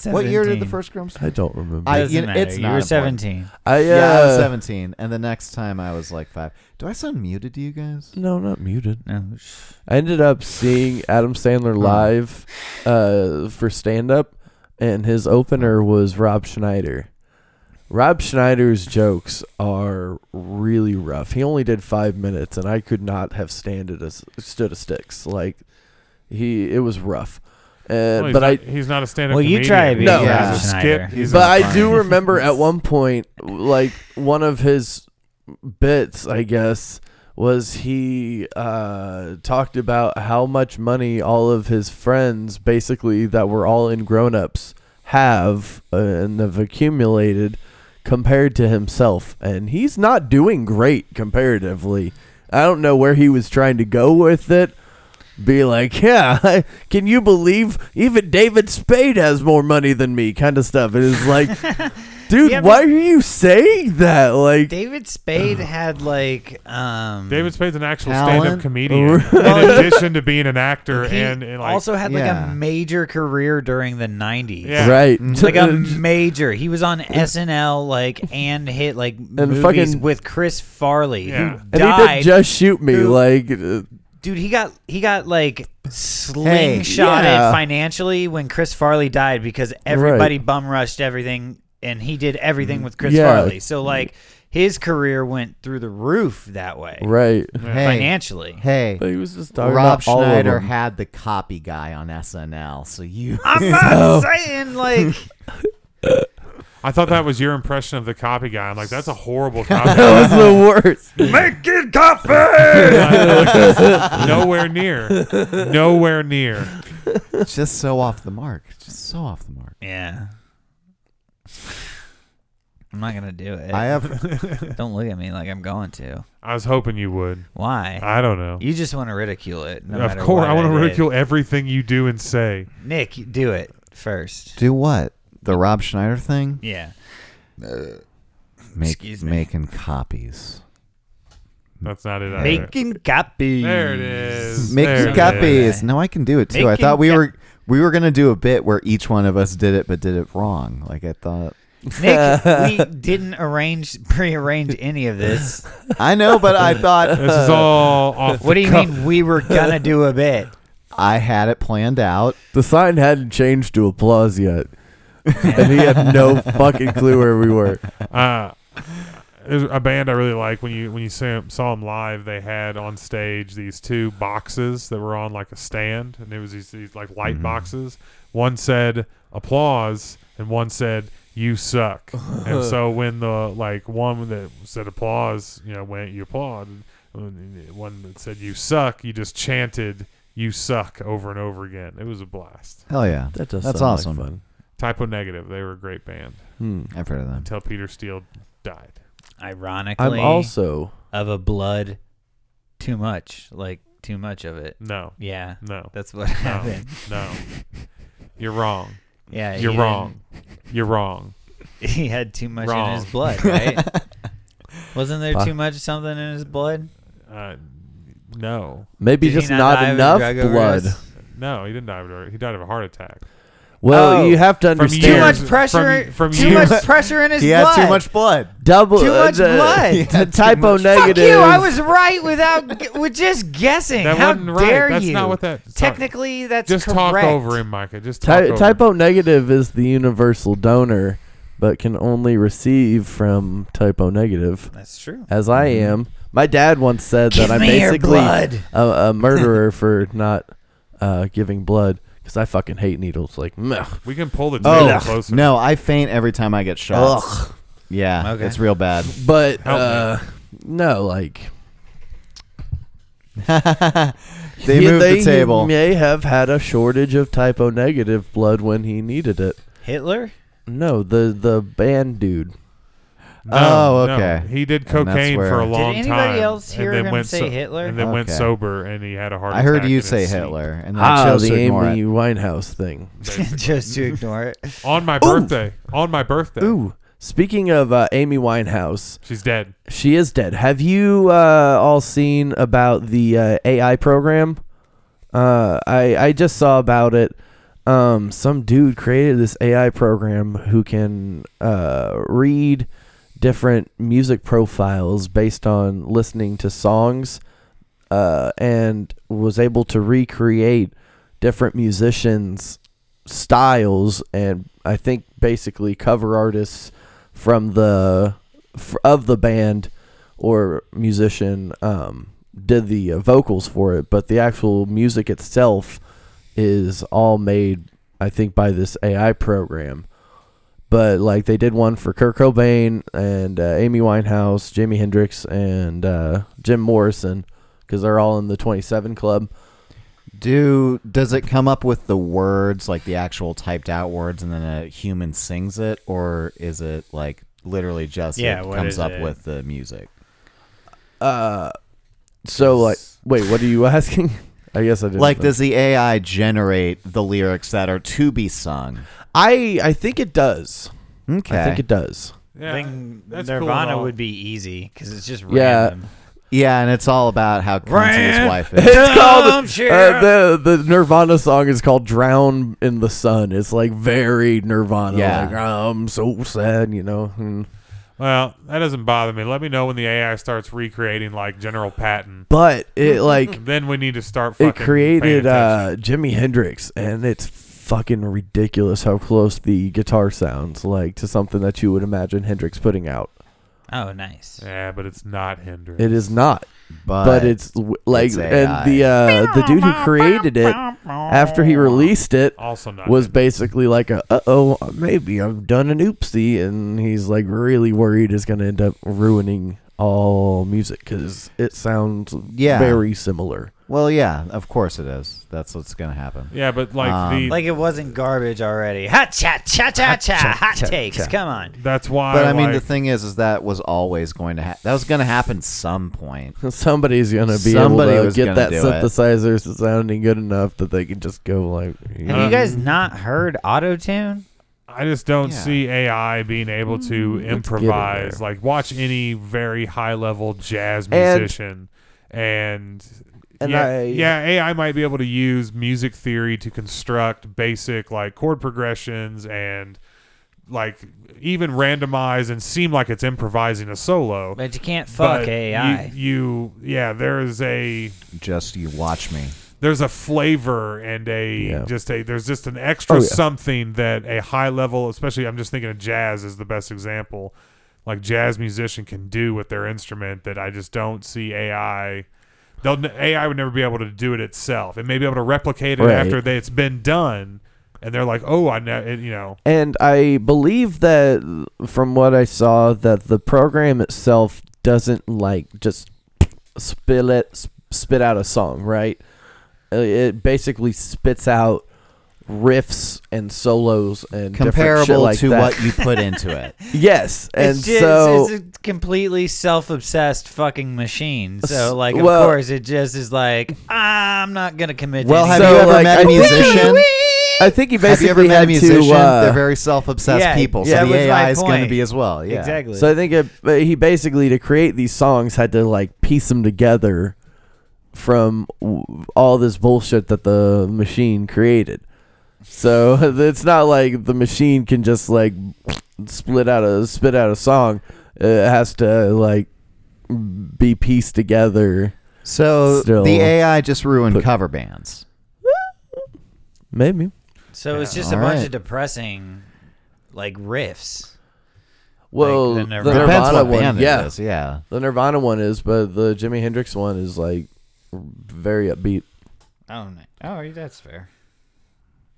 [SPEAKER 1] What year did the first Grown Ups?
[SPEAKER 4] I don't remember.
[SPEAKER 1] I-
[SPEAKER 4] I,
[SPEAKER 2] Doesn't
[SPEAKER 1] you know,
[SPEAKER 2] matter.
[SPEAKER 1] it's
[SPEAKER 2] you
[SPEAKER 1] not
[SPEAKER 2] were
[SPEAKER 1] important.
[SPEAKER 2] seventeen.
[SPEAKER 4] uh,
[SPEAKER 1] Yeah, I was seventeen, and the next time I was like five. Do I sound muted to you guys?
[SPEAKER 4] No, not muted.
[SPEAKER 2] No.
[SPEAKER 4] I ended up seeing Adam Sandler live uh, for stand up, and his opener was Rob Schneider. Rob Schneider's jokes are really rough. He only did five minutes, and I could not have standed a, stood a sticks. Like he, it was rough. Uh,
[SPEAKER 3] Well, he's
[SPEAKER 4] but
[SPEAKER 3] not,
[SPEAKER 4] I,
[SPEAKER 3] he's not a stand-up.
[SPEAKER 2] Well, you
[SPEAKER 3] comedian.
[SPEAKER 2] try to be
[SPEAKER 4] No. Rob
[SPEAKER 3] yeah. he's a
[SPEAKER 2] Schneider.
[SPEAKER 3] skit. He's
[SPEAKER 4] but
[SPEAKER 3] a-
[SPEAKER 4] I do remember at one point, like one of his bits, I guess, was he uh, talked about how much money all of his friends, basically that were all in grown-ups, have uh, and have accumulated compared to himself, and he's not doing great comparatively. I don't know where he was trying to go with it. Be like, yeah, can you believe even David Spade has more money than me? Kind of stuff. It is like, dude,
[SPEAKER 2] Yeah, but-
[SPEAKER 4] why are you saying that? Like,
[SPEAKER 2] David Spade had like um
[SPEAKER 3] David Spade's an actual
[SPEAKER 1] Talent?
[SPEAKER 3] stand-up comedian, in
[SPEAKER 2] Well,
[SPEAKER 3] addition to being an actor
[SPEAKER 2] he
[SPEAKER 3] and, and like
[SPEAKER 2] also had like
[SPEAKER 1] Yeah.
[SPEAKER 2] a major career during the nineties.
[SPEAKER 3] Yeah.
[SPEAKER 4] right?
[SPEAKER 1] Mm-hmm.
[SPEAKER 2] Like um, a major. He was on SNL like and hit like movies
[SPEAKER 4] fucking-
[SPEAKER 2] with Chris Farley
[SPEAKER 3] Yeah.
[SPEAKER 2] who
[SPEAKER 4] and he did
[SPEAKER 2] died
[SPEAKER 4] just shoot me.
[SPEAKER 2] who-
[SPEAKER 4] Like, uh,
[SPEAKER 2] dude he got he got like slingshotted
[SPEAKER 4] yeah.
[SPEAKER 2] financially when chris farley died because everybody
[SPEAKER 4] Right.
[SPEAKER 2] bum rushed everything and he did everything with chris
[SPEAKER 4] Yeah.
[SPEAKER 2] farley so like his career went through the roof that way
[SPEAKER 4] right?
[SPEAKER 1] Hey,
[SPEAKER 2] financially
[SPEAKER 1] hey,
[SPEAKER 4] But he was just talking
[SPEAKER 1] Rob
[SPEAKER 4] about all of
[SPEAKER 1] Schneider
[SPEAKER 4] them.
[SPEAKER 1] had the copy guy on SNL, so you
[SPEAKER 2] i'm not saying like
[SPEAKER 3] I thought that was your impression of the copy guy. I'm like, that's a horrible copy.
[SPEAKER 4] That was the worst.
[SPEAKER 2] Making coffee.
[SPEAKER 3] nowhere near. Nowhere near.
[SPEAKER 1] It's just so off the mark. It's Just so off the mark.
[SPEAKER 2] Yeah. I'm not gonna do it.
[SPEAKER 1] I have
[SPEAKER 2] Don't look at me like I'm going to.
[SPEAKER 3] I was hoping you would.
[SPEAKER 2] Why?
[SPEAKER 3] I don't know.
[SPEAKER 2] You just want to ridicule it. No
[SPEAKER 3] of
[SPEAKER 2] matter
[SPEAKER 3] course,
[SPEAKER 2] what
[SPEAKER 3] I want to
[SPEAKER 2] did.
[SPEAKER 3] ridicule everything you do and say.
[SPEAKER 2] Nick, you do it first.
[SPEAKER 1] do what the Rob Schneider thing.
[SPEAKER 2] Yeah.
[SPEAKER 1] Make,
[SPEAKER 2] Excuse me.
[SPEAKER 1] Making copies.
[SPEAKER 3] That's not it. either.
[SPEAKER 2] Making copies.
[SPEAKER 3] There it is. There
[SPEAKER 1] Making
[SPEAKER 3] it
[SPEAKER 1] copies.
[SPEAKER 2] is.
[SPEAKER 1] No, I can do it too. I
[SPEAKER 2] Making
[SPEAKER 1] thought we
[SPEAKER 2] cop-
[SPEAKER 1] were we were gonna do a bit where each one of us did it, but did it wrong. Like I thought.
[SPEAKER 2] Nick, we didn't arrange prearrange any of this.
[SPEAKER 1] I know, but I thought
[SPEAKER 3] This is all off.
[SPEAKER 2] What
[SPEAKER 3] the
[SPEAKER 2] do you
[SPEAKER 3] cuff.
[SPEAKER 2] mean we were gonna do a bit?
[SPEAKER 1] I had it planned out.
[SPEAKER 4] The sign hadn't changed to applause yet, and he had no fucking clue where we were.
[SPEAKER 3] Uh, there's a band I really like. When you when you saw 'em- saw them live, they had on stage these two boxes that were on like a stand, and it was these, these like light boxes. One said applause, and one said you suck. and so when the like one that said applause, you know, went you applaud, and when the one that said you suck, you just chanted you suck over and over again. It was a blast.
[SPEAKER 1] Hell yeah,
[SPEAKER 4] That does
[SPEAKER 1] That's
[SPEAKER 4] sound
[SPEAKER 1] awesome.
[SPEAKER 4] Like fun.
[SPEAKER 3] Typo negative. They were a great band
[SPEAKER 4] Hmm.
[SPEAKER 1] I've heard of them.
[SPEAKER 3] until Peter Steele died.
[SPEAKER 2] Ironically,
[SPEAKER 4] I'm also
[SPEAKER 2] of a blood too much, like too much of it.
[SPEAKER 3] No,
[SPEAKER 2] Yeah,
[SPEAKER 3] no.
[SPEAKER 2] that's what happened.
[SPEAKER 3] No. You're wrong.
[SPEAKER 2] Yeah,
[SPEAKER 3] You're
[SPEAKER 2] he
[SPEAKER 3] wrong. You're wrong.
[SPEAKER 2] didn't- He had too much in
[SPEAKER 3] Wrong.
[SPEAKER 2] his blood, right? Wasn't there too much something in his blood?
[SPEAKER 3] Uh, no.
[SPEAKER 4] maybe
[SPEAKER 2] Did he
[SPEAKER 4] just not,
[SPEAKER 2] die of a
[SPEAKER 4] enough
[SPEAKER 2] drug
[SPEAKER 4] blood.
[SPEAKER 2] overdose?
[SPEAKER 3] No, he didn't die of a, he died of a heart attack.
[SPEAKER 4] Well,
[SPEAKER 2] Oh.
[SPEAKER 4] you have to
[SPEAKER 3] From
[SPEAKER 2] Too
[SPEAKER 3] Years-
[SPEAKER 4] understand.
[SPEAKER 2] much pressure.
[SPEAKER 3] from- from
[SPEAKER 2] too
[SPEAKER 3] years-
[SPEAKER 2] much pressure in his
[SPEAKER 1] He
[SPEAKER 2] blood.
[SPEAKER 1] had too much blood.
[SPEAKER 4] Double
[SPEAKER 2] Too
[SPEAKER 4] uh,
[SPEAKER 2] much
[SPEAKER 4] the-
[SPEAKER 2] blood.
[SPEAKER 4] the
[SPEAKER 1] Yeah, too
[SPEAKER 4] typo
[SPEAKER 1] much-
[SPEAKER 2] Fuck
[SPEAKER 4] negative.
[SPEAKER 2] you! I was right without g- with just guessing.
[SPEAKER 3] That
[SPEAKER 2] How
[SPEAKER 3] wasn't right.
[SPEAKER 2] dare
[SPEAKER 3] That's
[SPEAKER 2] you?
[SPEAKER 3] not what that- sorry.
[SPEAKER 2] Technically, that's
[SPEAKER 3] Just
[SPEAKER 2] correct.
[SPEAKER 3] talk over him, Micah. Just talk
[SPEAKER 4] Ty-
[SPEAKER 3] over him.
[SPEAKER 4] typo negative is the universal donor, but can only receive from typo negative.
[SPEAKER 2] That's true.
[SPEAKER 4] As I am, my dad once said that
[SPEAKER 2] Give
[SPEAKER 4] I'm
[SPEAKER 2] me your
[SPEAKER 4] basically
[SPEAKER 2] blood.
[SPEAKER 4] a, a murderer for not uh, giving blood because I fucking hate needles. Like, meh.
[SPEAKER 3] We can pull the table
[SPEAKER 1] Oh
[SPEAKER 3] closer.
[SPEAKER 1] no, I faint every time I get shot. Yeah,
[SPEAKER 2] Okay.
[SPEAKER 1] it's real bad.
[SPEAKER 4] But
[SPEAKER 3] Help me.
[SPEAKER 4] uh, no, like
[SPEAKER 1] They
[SPEAKER 4] he-
[SPEAKER 1] moved the table.
[SPEAKER 4] may have had a shortage of typo negative blood when he needed it.
[SPEAKER 2] Hitler?
[SPEAKER 4] No, the the band dude.
[SPEAKER 3] No,
[SPEAKER 1] Oh,
[SPEAKER 3] no.
[SPEAKER 1] okay.
[SPEAKER 3] He did
[SPEAKER 1] And that's
[SPEAKER 3] cocaine for
[SPEAKER 1] where-
[SPEAKER 3] a
[SPEAKER 1] Did
[SPEAKER 3] long time.
[SPEAKER 2] anybody else hear
[SPEAKER 3] and then
[SPEAKER 2] him
[SPEAKER 3] went
[SPEAKER 2] say Hitler?
[SPEAKER 3] And then went
[SPEAKER 1] Okay.
[SPEAKER 3] sober, and he had a heart
[SPEAKER 1] I
[SPEAKER 3] attack.
[SPEAKER 1] heard you
[SPEAKER 3] in
[SPEAKER 1] say
[SPEAKER 3] his sleep.
[SPEAKER 1] Hitler, and I
[SPEAKER 4] Ah,
[SPEAKER 1] chose
[SPEAKER 4] the
[SPEAKER 1] to ignore
[SPEAKER 4] Amy
[SPEAKER 1] it.
[SPEAKER 4] Winehouse thing.
[SPEAKER 2] Just to ignore it.
[SPEAKER 3] On my birthday. On my birthday.
[SPEAKER 4] Ooh, speaking of uh, Amy Winehouse,
[SPEAKER 3] She's dead.
[SPEAKER 4] She is dead. Have you uh, all seen about the uh, AI program? Uh, I I just saw about it. Um, some dude created this AI program who can uh, read different music profiles based on listening to songs, uh, and was able to recreate different musicians' styles, and I think basically cover artists from the f- of the band or musician um, did the uh, vocals for it, but the actual music itself is all made, I think, by this AI program. But like they did one for Kurt Cobain and uh, Amy Winehouse, Jimi Hendrix, and uh, Jim Morrison because they're all in the 27 Club.
[SPEAKER 1] Do does it come up with the words like the actual typed out words, and then a human sings it, or is it like literally just
[SPEAKER 2] Yeah,
[SPEAKER 1] it
[SPEAKER 2] what
[SPEAKER 1] comes
[SPEAKER 2] is
[SPEAKER 1] up
[SPEAKER 2] it?
[SPEAKER 1] with the music?
[SPEAKER 4] Uh, so like, wait, what are you asking? I guess I didn't.
[SPEAKER 1] Like,
[SPEAKER 4] know.
[SPEAKER 1] does the AI generate the lyrics that are to be sung?
[SPEAKER 4] I I think it does.
[SPEAKER 1] Okay,
[SPEAKER 4] I think it does.
[SPEAKER 3] Yeah,
[SPEAKER 2] Thing-
[SPEAKER 3] that's cool and
[SPEAKER 2] Nirvana
[SPEAKER 3] all.
[SPEAKER 2] would be easy because it's just
[SPEAKER 4] Yeah.
[SPEAKER 2] random.
[SPEAKER 1] yeah, and it's all about how cunty his
[SPEAKER 2] Ran-
[SPEAKER 1] wife is.
[SPEAKER 4] It's
[SPEAKER 2] Dumb
[SPEAKER 4] called
[SPEAKER 2] shit.
[SPEAKER 4] uh, the the Nirvana song is called "Drown in the Sun." It's like very Nirvana.
[SPEAKER 1] Yeah.
[SPEAKER 4] Like I'm so sad, you know. Mm.
[SPEAKER 3] Well, that doesn't bother me. Let me know when the AI starts recreating like General Patton.
[SPEAKER 4] But it like
[SPEAKER 3] Then we need to start. Fucking
[SPEAKER 4] it created
[SPEAKER 3] paying attention.
[SPEAKER 4] uh, Jimi Hendrix, and it's fucking ridiculous how close the guitar sounds like to something that you would imagine Hendrix putting out.
[SPEAKER 2] Oh, nice.
[SPEAKER 3] Yeah, but it's not hindrance.
[SPEAKER 4] It is not,
[SPEAKER 1] But,
[SPEAKER 4] but it's w- like
[SPEAKER 1] it's
[SPEAKER 4] and the uh, the dude who created it after he released it
[SPEAKER 3] also not
[SPEAKER 4] was
[SPEAKER 3] hindrance.
[SPEAKER 4] basically like a uh oh maybe I've done an oopsie and he's like really worried it's gonna end up ruining all music because it sounds
[SPEAKER 1] Yeah.
[SPEAKER 4] very similar.
[SPEAKER 1] well, yeah, of course it is. That's what's gonna happen.
[SPEAKER 3] Yeah, but like
[SPEAKER 1] Um,
[SPEAKER 3] the
[SPEAKER 2] Like it wasn't garbage already. Ha cha cha cha cha. Hot takes. Come on.
[SPEAKER 3] that's why.
[SPEAKER 1] But I mean,
[SPEAKER 3] like,
[SPEAKER 1] the thing is, is that was always going to happen. That was going to happen some point.
[SPEAKER 4] Somebody's gonna be
[SPEAKER 1] Somebody
[SPEAKER 4] able
[SPEAKER 1] was
[SPEAKER 4] to get
[SPEAKER 1] gonna
[SPEAKER 4] that
[SPEAKER 1] do it.
[SPEAKER 4] synthesizer sounding good enough that they can just go like.
[SPEAKER 2] Have you guys not heard auto tune?
[SPEAKER 3] I just don't
[SPEAKER 1] Yeah.
[SPEAKER 3] see AI being able to
[SPEAKER 4] Mm, get it
[SPEAKER 3] improvise.
[SPEAKER 4] there.
[SPEAKER 3] Like, watch any very high level jazz
[SPEAKER 4] And-
[SPEAKER 3] musician, and,
[SPEAKER 4] And
[SPEAKER 3] yeah,
[SPEAKER 4] I-
[SPEAKER 3] yeah, AI might be able to use music theory to construct basic like chord progressions and like even randomize and seem like it's improvising a solo.
[SPEAKER 2] But you can't fuck
[SPEAKER 3] But
[SPEAKER 2] AI.
[SPEAKER 3] You, you, yeah, there is a
[SPEAKER 1] Just you watch me.
[SPEAKER 3] there's a flavor and a
[SPEAKER 4] Yeah.
[SPEAKER 3] just a there's just an extra
[SPEAKER 4] Oh, yeah.
[SPEAKER 3] something that a high level especially i'm just thinking of jazz is the best example like jazz musician can do with their instrument that i just don't see ai they'll ai would never be able to do it itself it may be able to replicate it
[SPEAKER 4] Right.
[SPEAKER 3] after they, it's been done and they're like oh i know it, you know
[SPEAKER 4] And I believe that from what I saw, that the program itself doesn't like just spill it, s- spit out a song, right? Uh, It basically spits out riffs and solos and different shit
[SPEAKER 1] Comparable
[SPEAKER 4] like
[SPEAKER 1] to
[SPEAKER 4] that.
[SPEAKER 1] what you put into it.
[SPEAKER 4] Yes, and
[SPEAKER 2] it's just
[SPEAKER 4] so
[SPEAKER 2] it's a completely self-obsessed fucking machine. So like, of
[SPEAKER 4] well-
[SPEAKER 2] course, it just is like I'm not gonna commit.
[SPEAKER 1] Well,
[SPEAKER 2] to
[SPEAKER 1] have
[SPEAKER 2] anything."
[SPEAKER 4] So,
[SPEAKER 1] you ever
[SPEAKER 4] like,
[SPEAKER 1] met
[SPEAKER 4] I
[SPEAKER 1] a
[SPEAKER 4] think-
[SPEAKER 1] musician?
[SPEAKER 4] I think you
[SPEAKER 1] Have you ever
[SPEAKER 4] basically
[SPEAKER 1] met a
[SPEAKER 4] had
[SPEAKER 1] musician?
[SPEAKER 4] to. uh,
[SPEAKER 1] They're very self-obsessed
[SPEAKER 2] Yeah,
[SPEAKER 1] people, so
[SPEAKER 2] that
[SPEAKER 1] the
[SPEAKER 2] was my
[SPEAKER 1] AI is going to
[SPEAKER 2] point.
[SPEAKER 1] be as well. Yeah.
[SPEAKER 2] exactly.
[SPEAKER 4] So I think it, but he basically to create these songs had to like piece them together from w- all this bullshit that the machine created. So it's not like the machine can just like split out a spit out a song. It has to like be pieced together.
[SPEAKER 1] So
[SPEAKER 4] Still-
[SPEAKER 1] the AI just ruined
[SPEAKER 4] Put-
[SPEAKER 1] cover bands.
[SPEAKER 4] Maybe.
[SPEAKER 2] so it's
[SPEAKER 1] Yeah.
[SPEAKER 2] just a
[SPEAKER 1] All
[SPEAKER 2] bunch
[SPEAKER 1] right.
[SPEAKER 2] of depressing, like riffs.
[SPEAKER 4] Well,
[SPEAKER 2] the
[SPEAKER 4] the,
[SPEAKER 2] Nirvana-
[SPEAKER 1] Depends
[SPEAKER 4] Nirvana
[SPEAKER 1] what
[SPEAKER 4] one,
[SPEAKER 1] band
[SPEAKER 4] yeah,
[SPEAKER 1] it is. Yeah.
[SPEAKER 4] the Nirvana one is, but the Jimi Hendrix one is like very upbeat.
[SPEAKER 2] Oh no! Oh, that's fair.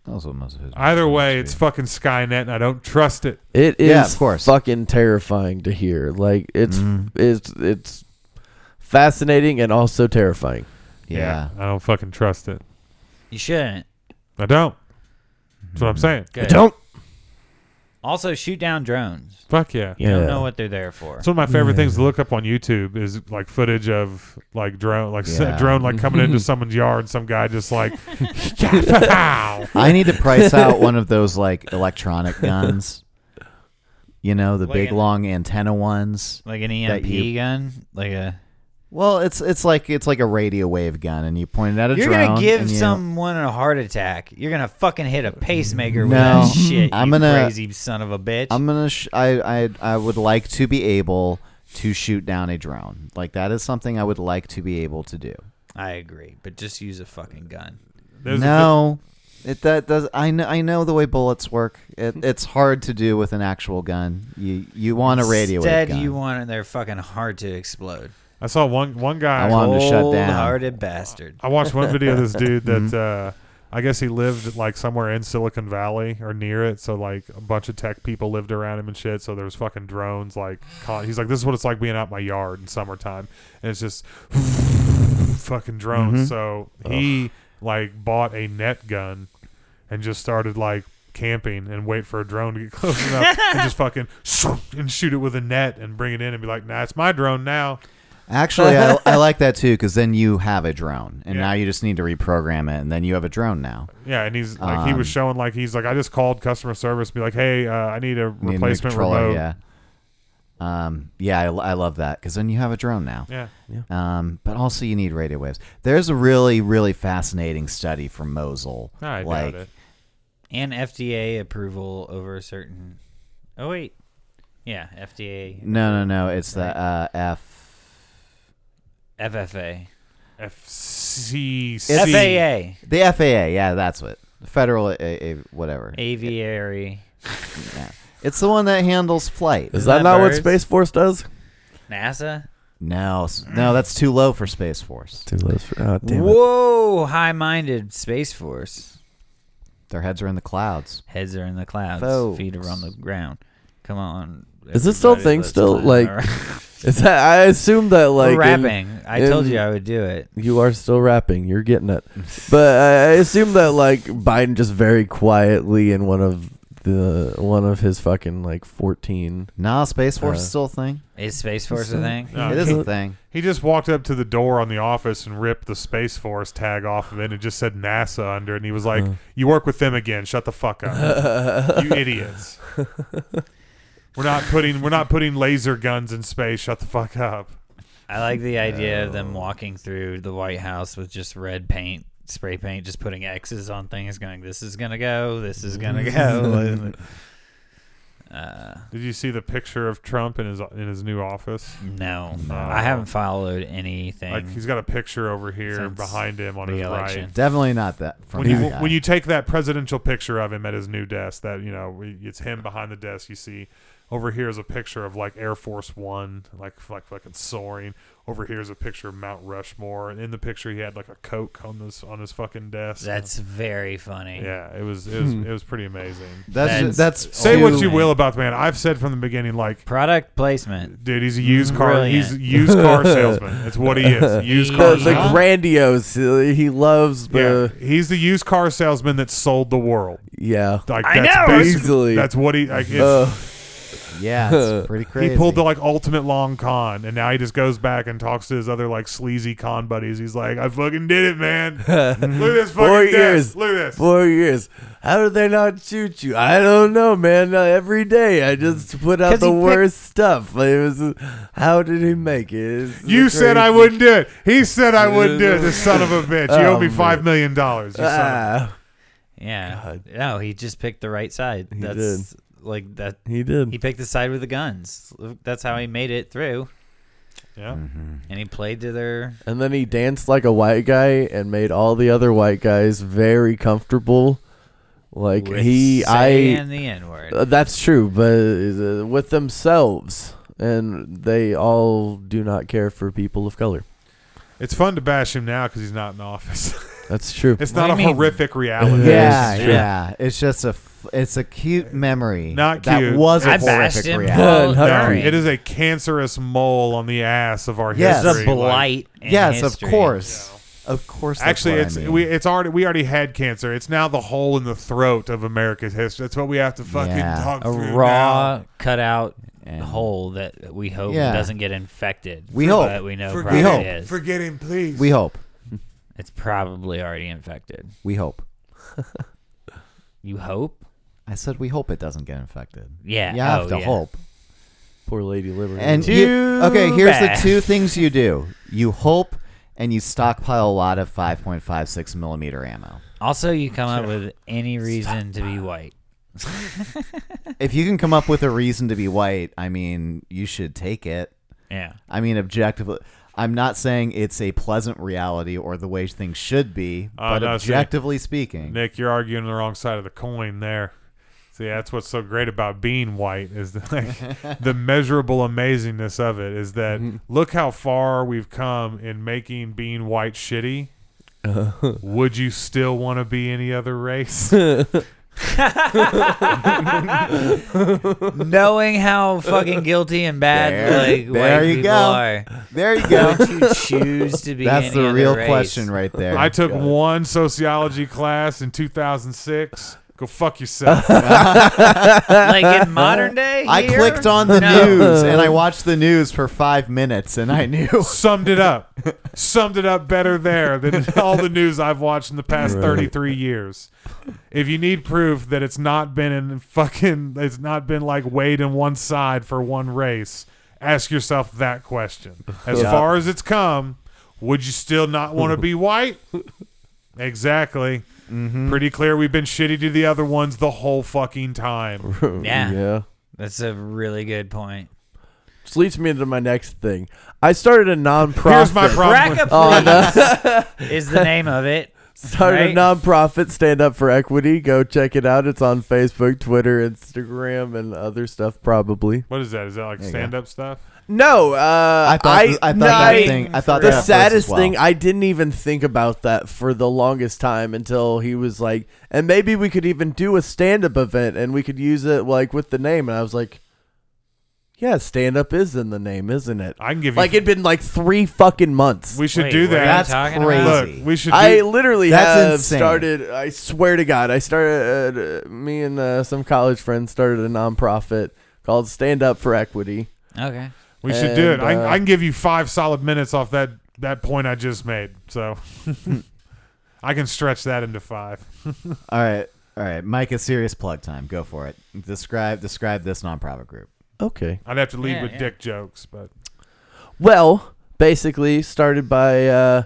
[SPEAKER 1] That was what most of his
[SPEAKER 3] either
[SPEAKER 1] musicians
[SPEAKER 3] way
[SPEAKER 1] do.
[SPEAKER 3] it's fucking skynet and i don't trust it
[SPEAKER 4] It is
[SPEAKER 1] Yeah, of course.
[SPEAKER 4] fucking terrifying to hear. Like it's
[SPEAKER 1] Mhm.
[SPEAKER 4] it's it's fascinating and also terrifying.
[SPEAKER 1] yeah.
[SPEAKER 3] i don't fucking trust it
[SPEAKER 2] You shouldn't.
[SPEAKER 3] i don't that's
[SPEAKER 4] Mm-hmm.
[SPEAKER 3] what i'm saying
[SPEAKER 2] Good. Also, shoot down drones.
[SPEAKER 3] fuck yeah
[SPEAKER 2] You
[SPEAKER 4] Yeah.
[SPEAKER 2] don't know what they're there for.
[SPEAKER 3] It's one of my favorite
[SPEAKER 4] Yeah.
[SPEAKER 3] things to look up on YouTube is like footage of like drone, like s-
[SPEAKER 1] Yeah.
[SPEAKER 3] drone, like coming into someone's yard. Some guy just like, pow.
[SPEAKER 1] I need to price out one of those like electronic guns. You know, the
[SPEAKER 2] Like
[SPEAKER 1] big
[SPEAKER 2] an-
[SPEAKER 1] long antenna ones.
[SPEAKER 2] like an
[SPEAKER 1] that
[SPEAKER 2] EMP
[SPEAKER 1] you-
[SPEAKER 2] gun, like a.
[SPEAKER 1] Well, it's it's like it's like a radio wave gun, and you point it at a
[SPEAKER 2] You're
[SPEAKER 1] drone.
[SPEAKER 2] gonna give
[SPEAKER 1] and you-
[SPEAKER 2] someone a heart attack. You're gonna fucking hit a pacemaker with
[SPEAKER 1] No.
[SPEAKER 2] that shit.
[SPEAKER 1] I'm
[SPEAKER 2] you
[SPEAKER 1] gonna-
[SPEAKER 2] crazy son of a bitch.
[SPEAKER 1] I'm gonna. Sh- I I I would like to be able to shoot down a drone. Like that is something I would like to be able to do.
[SPEAKER 2] I agree, but just use a fucking gun.
[SPEAKER 3] There's a-
[SPEAKER 1] no, it that does. I know I know the way bullets work.
[SPEAKER 3] Hmm.
[SPEAKER 1] It, it's hard to do with an actual gun. You you want a radio wave
[SPEAKER 2] Instead,
[SPEAKER 1] gun.
[SPEAKER 2] you want their fucking heart to explode.
[SPEAKER 3] I saw one one guy.
[SPEAKER 1] I want him to shut down.
[SPEAKER 2] Cold-hearted bastard.
[SPEAKER 3] I watched one video of this dude that uh, I guess he lived like somewhere in Silicon Valley or near it. So like a bunch of tech people lived around him and shit. So there was fucking drones. Like con- he's like, this is what it's like being out in my yard in summertime, and it's just fucking drones. So he like bought a net gun and just started like camping and wait for a drone to get close enough and just fucking and shoot it with a net and bring it in and be like, nah, it's my drone now.
[SPEAKER 1] Actually, I, I like that too because then you have a drone, and
[SPEAKER 3] Yeah.
[SPEAKER 1] now you just need to reprogram it, and then you have a drone now.
[SPEAKER 3] Yeah, and he's like he was
[SPEAKER 1] Um,
[SPEAKER 3] showing like he's like I just called customer service, be like, hey, uh, I need a
[SPEAKER 1] You need a new
[SPEAKER 3] replacement
[SPEAKER 1] controller,
[SPEAKER 3] remote.
[SPEAKER 1] Yeah. Um. Yeah, I, I love that because then you have a drone now.
[SPEAKER 3] Yeah.
[SPEAKER 1] Um, but also you need radio waves. There's a really, really fascinating study from Mosul.
[SPEAKER 3] I doubt
[SPEAKER 1] like,
[SPEAKER 3] it.
[SPEAKER 2] And FDA approval over a certain. Oh wait, yeah, FDA,
[SPEAKER 1] No, no, no. It's the uh, F.
[SPEAKER 2] FFA,
[SPEAKER 3] FCC.
[SPEAKER 2] FAA,
[SPEAKER 1] The FAA. Yeah, that's what. Federal, uh, uh, whatever.
[SPEAKER 2] aviary.
[SPEAKER 1] Yeah. It's the one that handles flight.
[SPEAKER 4] Is
[SPEAKER 2] Isn't
[SPEAKER 4] that,
[SPEAKER 2] that
[SPEAKER 4] not what
[SPEAKER 2] birds?
[SPEAKER 4] Space Force does?
[SPEAKER 2] NASA.
[SPEAKER 1] No, s- no, that's too low for Space Force.
[SPEAKER 4] Too low for. Oh, damn it.
[SPEAKER 2] Whoa, high-minded space force.
[SPEAKER 1] Their heads are in the clouds.
[SPEAKER 2] Heads are in the clouds,
[SPEAKER 1] Folks.
[SPEAKER 2] feet are on the ground. Come on.
[SPEAKER 4] Is this still
[SPEAKER 2] everybody,
[SPEAKER 4] thing
[SPEAKER 2] let's
[SPEAKER 4] still,
[SPEAKER 2] climb.
[SPEAKER 4] like,
[SPEAKER 2] All right.
[SPEAKER 4] Is that? I assume that like
[SPEAKER 2] We're
[SPEAKER 4] in-
[SPEAKER 2] rapping? I told
[SPEAKER 4] in-
[SPEAKER 2] you I would do it.
[SPEAKER 4] You are still rapping. You're getting it. But I I assume that like Biden just very quietly in one of the one of his fucking like 14.
[SPEAKER 1] Nah, Space Force
[SPEAKER 4] Uh,
[SPEAKER 1] is still a thing.
[SPEAKER 2] Is space force a
[SPEAKER 4] So-
[SPEAKER 2] thing?
[SPEAKER 3] No,
[SPEAKER 1] it is a
[SPEAKER 4] can't-
[SPEAKER 1] thing.
[SPEAKER 3] He just walked up to the door on the office and ripped the Space Force tag off of it and it just said NASA under it. And he was like,
[SPEAKER 1] Uh-huh.
[SPEAKER 4] Uh.
[SPEAKER 3] You work with them again. Shut the fuck up. you idiots. We're not putting we're not putting laser guns in space. Shut the fuck up.
[SPEAKER 2] I like the idea of them walking through the White House with just red paint, spray paint, just putting X's on things, going, "This is gonna go. This is gonna go." uh,
[SPEAKER 3] Did you see the picture of Trump in his in his new office?
[SPEAKER 2] no,
[SPEAKER 3] No.
[SPEAKER 2] I haven't followed anything.
[SPEAKER 3] Like he's got a picture over here
[SPEAKER 2] Since
[SPEAKER 3] behind him on
[SPEAKER 2] the
[SPEAKER 3] his
[SPEAKER 2] election.
[SPEAKER 3] right.
[SPEAKER 1] Definitely not that. From
[SPEAKER 3] When you
[SPEAKER 1] that guy.
[SPEAKER 3] when you take that presidential picture of him at his new desk, that you know we- it's him behind the desk. You see over here is a picture of like Air Force One, like like fucking soaring. Over here is a picture of Mount Rushmore, and in the picture he had like a Coke on this on his fucking desk.
[SPEAKER 2] That's very funny.
[SPEAKER 3] yeah, it was it was it was pretty amazing.
[SPEAKER 1] that's that's,
[SPEAKER 2] That's-
[SPEAKER 3] Say what you
[SPEAKER 2] Dude.
[SPEAKER 3] will about the man. I've said from the beginning, like
[SPEAKER 2] Product placement.
[SPEAKER 3] Dude, he's a used car.
[SPEAKER 2] Brilliant.
[SPEAKER 3] He's a used car salesman. That's what he is. Used car.
[SPEAKER 2] Huh?
[SPEAKER 4] The, the
[SPEAKER 3] salesman.
[SPEAKER 4] grandiose. uh, He loves
[SPEAKER 3] yeah,
[SPEAKER 4] the
[SPEAKER 3] he's the used car salesman that sold the world.
[SPEAKER 4] yeah.
[SPEAKER 3] Like
[SPEAKER 2] I
[SPEAKER 3] that's
[SPEAKER 2] know, right?
[SPEAKER 3] basically-
[SPEAKER 4] Easily.
[SPEAKER 3] That's what he. Like, it's,
[SPEAKER 4] Uh,
[SPEAKER 1] yeah, it's pretty crazy.
[SPEAKER 3] he pulled the like ultimate long con, and now he just goes back and talks to his other like sleazy con buddies. He's like, I fucking did it, man. Look at this fucking
[SPEAKER 4] Four
[SPEAKER 3] desk.
[SPEAKER 4] years.
[SPEAKER 3] Look at this.
[SPEAKER 4] Four years. How did they not shoot you? I don't know, man. Uh, every day I just put
[SPEAKER 2] 'Cause
[SPEAKER 4] out the
[SPEAKER 2] he picked-
[SPEAKER 4] worst stuff. Like, It was, how did he make it? It's
[SPEAKER 3] you said I
[SPEAKER 4] crazy.
[SPEAKER 3] wouldn't do it. He said I wouldn't do it. This son of a bitch. You
[SPEAKER 4] Oh,
[SPEAKER 3] owe me
[SPEAKER 4] man.
[SPEAKER 3] five million dollars. you son of a-
[SPEAKER 4] Ah,
[SPEAKER 2] Yeah.
[SPEAKER 4] God.
[SPEAKER 2] No, he just picked the right side.
[SPEAKER 4] He
[SPEAKER 2] That's like that.
[SPEAKER 4] he did.
[SPEAKER 2] He picked the side with the guns. That's how he made it through,
[SPEAKER 3] Yeah.
[SPEAKER 1] Mm-hmm.
[SPEAKER 2] and he played to their.
[SPEAKER 4] And then he danced like a white guy and made all the other white guys very comfortable. Like
[SPEAKER 2] with
[SPEAKER 4] he, I.
[SPEAKER 2] saying the N word.
[SPEAKER 4] uh, That's true, but uh, with themselves, and they all do not care for people of color.
[SPEAKER 3] It's fun to bash him now because he's not in office.
[SPEAKER 4] That's true.
[SPEAKER 3] it's
[SPEAKER 2] What
[SPEAKER 3] not
[SPEAKER 2] do
[SPEAKER 3] a
[SPEAKER 2] you mean?
[SPEAKER 3] horrific reality.
[SPEAKER 1] Yeah,
[SPEAKER 4] It's
[SPEAKER 1] yeah,
[SPEAKER 4] true.
[SPEAKER 1] It's just a f- it's a cute memory.
[SPEAKER 3] Not cute.
[SPEAKER 1] That was a
[SPEAKER 2] I bashed
[SPEAKER 1] horrific
[SPEAKER 2] him.
[SPEAKER 1] reality.
[SPEAKER 4] Yeah, no,
[SPEAKER 3] No,
[SPEAKER 4] Sorry.
[SPEAKER 3] it is a cancerous mole on the ass of our
[SPEAKER 1] Yes.
[SPEAKER 2] It's
[SPEAKER 3] history.
[SPEAKER 2] a
[SPEAKER 3] like-
[SPEAKER 2] blight. in
[SPEAKER 1] Yes,
[SPEAKER 2] history.
[SPEAKER 1] of course, of course. that's
[SPEAKER 3] actually,
[SPEAKER 1] what I
[SPEAKER 3] it's
[SPEAKER 1] mean.
[SPEAKER 3] we it's already we already had cancer. It's now the hole in the throat of America's history. That's what we have to fucking
[SPEAKER 1] Yeah.
[SPEAKER 3] talk
[SPEAKER 2] A
[SPEAKER 3] through
[SPEAKER 2] raw cutout
[SPEAKER 1] And-
[SPEAKER 2] Uh, hole that we hope
[SPEAKER 1] Yeah.
[SPEAKER 2] doesn't get infected.
[SPEAKER 1] We
[SPEAKER 2] but
[SPEAKER 1] hope.
[SPEAKER 2] We know
[SPEAKER 3] now.
[SPEAKER 2] probably
[SPEAKER 1] hope.
[SPEAKER 2] is.
[SPEAKER 3] Forget him, please.
[SPEAKER 1] we hope
[SPEAKER 2] It's probably already infected.
[SPEAKER 1] we hope.
[SPEAKER 2] You hope?
[SPEAKER 1] I said we hope it doesn't get infected.
[SPEAKER 2] Yeah.
[SPEAKER 1] you have
[SPEAKER 2] oh,
[SPEAKER 1] to
[SPEAKER 2] yeah.
[SPEAKER 1] hope.
[SPEAKER 4] Poor Lady Liberty.
[SPEAKER 1] And
[SPEAKER 2] Too
[SPEAKER 1] you, okay, here's
[SPEAKER 2] bad.
[SPEAKER 1] the two things you do: you hope and you stockpile a lot of 5.56 millimeter ammo.
[SPEAKER 2] Also, you come up with any reason to be white.
[SPEAKER 1] If you can come up with a reason to be white, I mean, you should take it.
[SPEAKER 2] Yeah.
[SPEAKER 1] I mean, objectively, I'm not saying it's a pleasant reality or the way things should be,
[SPEAKER 3] Uh,
[SPEAKER 1] but
[SPEAKER 3] no, see,
[SPEAKER 1] objectively speaking,
[SPEAKER 3] Nick, you're arguing the wrong side of the coin there. See, that's what's so great about being white is the, like, the measurable amazingness of it is that
[SPEAKER 1] Mm-hmm.
[SPEAKER 3] look how far we've come in making being white shitty. Would you still want to be any other race?
[SPEAKER 2] Knowing how fucking guilty and bad
[SPEAKER 1] There-
[SPEAKER 2] like
[SPEAKER 1] there
[SPEAKER 2] white
[SPEAKER 1] you
[SPEAKER 2] people
[SPEAKER 1] go.
[SPEAKER 2] are,
[SPEAKER 1] there you go.
[SPEAKER 2] would you choose to be?
[SPEAKER 1] That's
[SPEAKER 2] any
[SPEAKER 1] the
[SPEAKER 2] other
[SPEAKER 1] real
[SPEAKER 2] race?
[SPEAKER 1] question right there.
[SPEAKER 3] I took one sociology class in 2006. Go fuck yourself.
[SPEAKER 2] like in modern day.
[SPEAKER 1] I
[SPEAKER 2] here?
[SPEAKER 1] clicked on the
[SPEAKER 2] No.
[SPEAKER 1] news and I watched the news for five minutes and I knew.
[SPEAKER 3] Summed it up. Summed it up better there than all the news I've watched in the past 33 years. If you need proof that it's not been in fucking, it's not been like weighed in one side for one race, ask yourself that question. As
[SPEAKER 1] Yeah.
[SPEAKER 3] far as it's come, would you still not want to be white? Exactly.
[SPEAKER 1] Mm-hmm.
[SPEAKER 3] Pretty clear we've been shitty to the other ones the whole fucking time.
[SPEAKER 2] Yeah.
[SPEAKER 4] yeah.
[SPEAKER 2] That's a really good point.
[SPEAKER 4] Which leads me into my next thing. I started a nonprofit.
[SPEAKER 3] Here's my problem.
[SPEAKER 2] Crack
[SPEAKER 3] with-
[SPEAKER 2] a Please is the name of it.
[SPEAKER 4] Started
[SPEAKER 2] right?
[SPEAKER 4] a nonprofit, Stand Up for Equity. Go check it out. It's on Facebook, Twitter, Instagram, and other stuff probably.
[SPEAKER 3] What is that? Is that like
[SPEAKER 1] you
[SPEAKER 3] stand up stuff?
[SPEAKER 4] No, uh,
[SPEAKER 1] I thought
[SPEAKER 4] I,
[SPEAKER 1] I thought
[SPEAKER 4] no,
[SPEAKER 1] that
[SPEAKER 4] I-
[SPEAKER 1] thing. I thought
[SPEAKER 4] the
[SPEAKER 1] that at first as
[SPEAKER 4] saddest
[SPEAKER 1] well.
[SPEAKER 4] thing i didn't even think about that for the longest time until he was like and maybe we could even do a stand-up event and we could use it like with the name and i was like yeah stand-up is in the name isn't it
[SPEAKER 3] I can give you.
[SPEAKER 4] like it'd been like three fucking months
[SPEAKER 3] we should
[SPEAKER 2] Wait,
[SPEAKER 3] do
[SPEAKER 2] what are you
[SPEAKER 3] that.
[SPEAKER 2] talking
[SPEAKER 1] That's
[SPEAKER 2] about?
[SPEAKER 1] crazy.
[SPEAKER 3] Look, we should. Do,
[SPEAKER 4] I literally
[SPEAKER 1] That's
[SPEAKER 4] have
[SPEAKER 1] insane.
[SPEAKER 4] started. I swear to God, I started. Uh, me and uh, some college friends started a nonprofit called Stand Up for Equity.
[SPEAKER 2] Okay.
[SPEAKER 3] we should do it.
[SPEAKER 4] and, uh,
[SPEAKER 3] I, I can give you five solid minutes off that that point I just made. So I can stretch that into five.
[SPEAKER 1] All right, all right, Mike. A serious plug time. Go for it. Describe describe this nonprofit group.
[SPEAKER 4] Okay.
[SPEAKER 3] I'd have to leave
[SPEAKER 2] Yeah,
[SPEAKER 3] with
[SPEAKER 2] yeah.
[SPEAKER 3] dick jokes, but
[SPEAKER 4] Well, basically started by uh,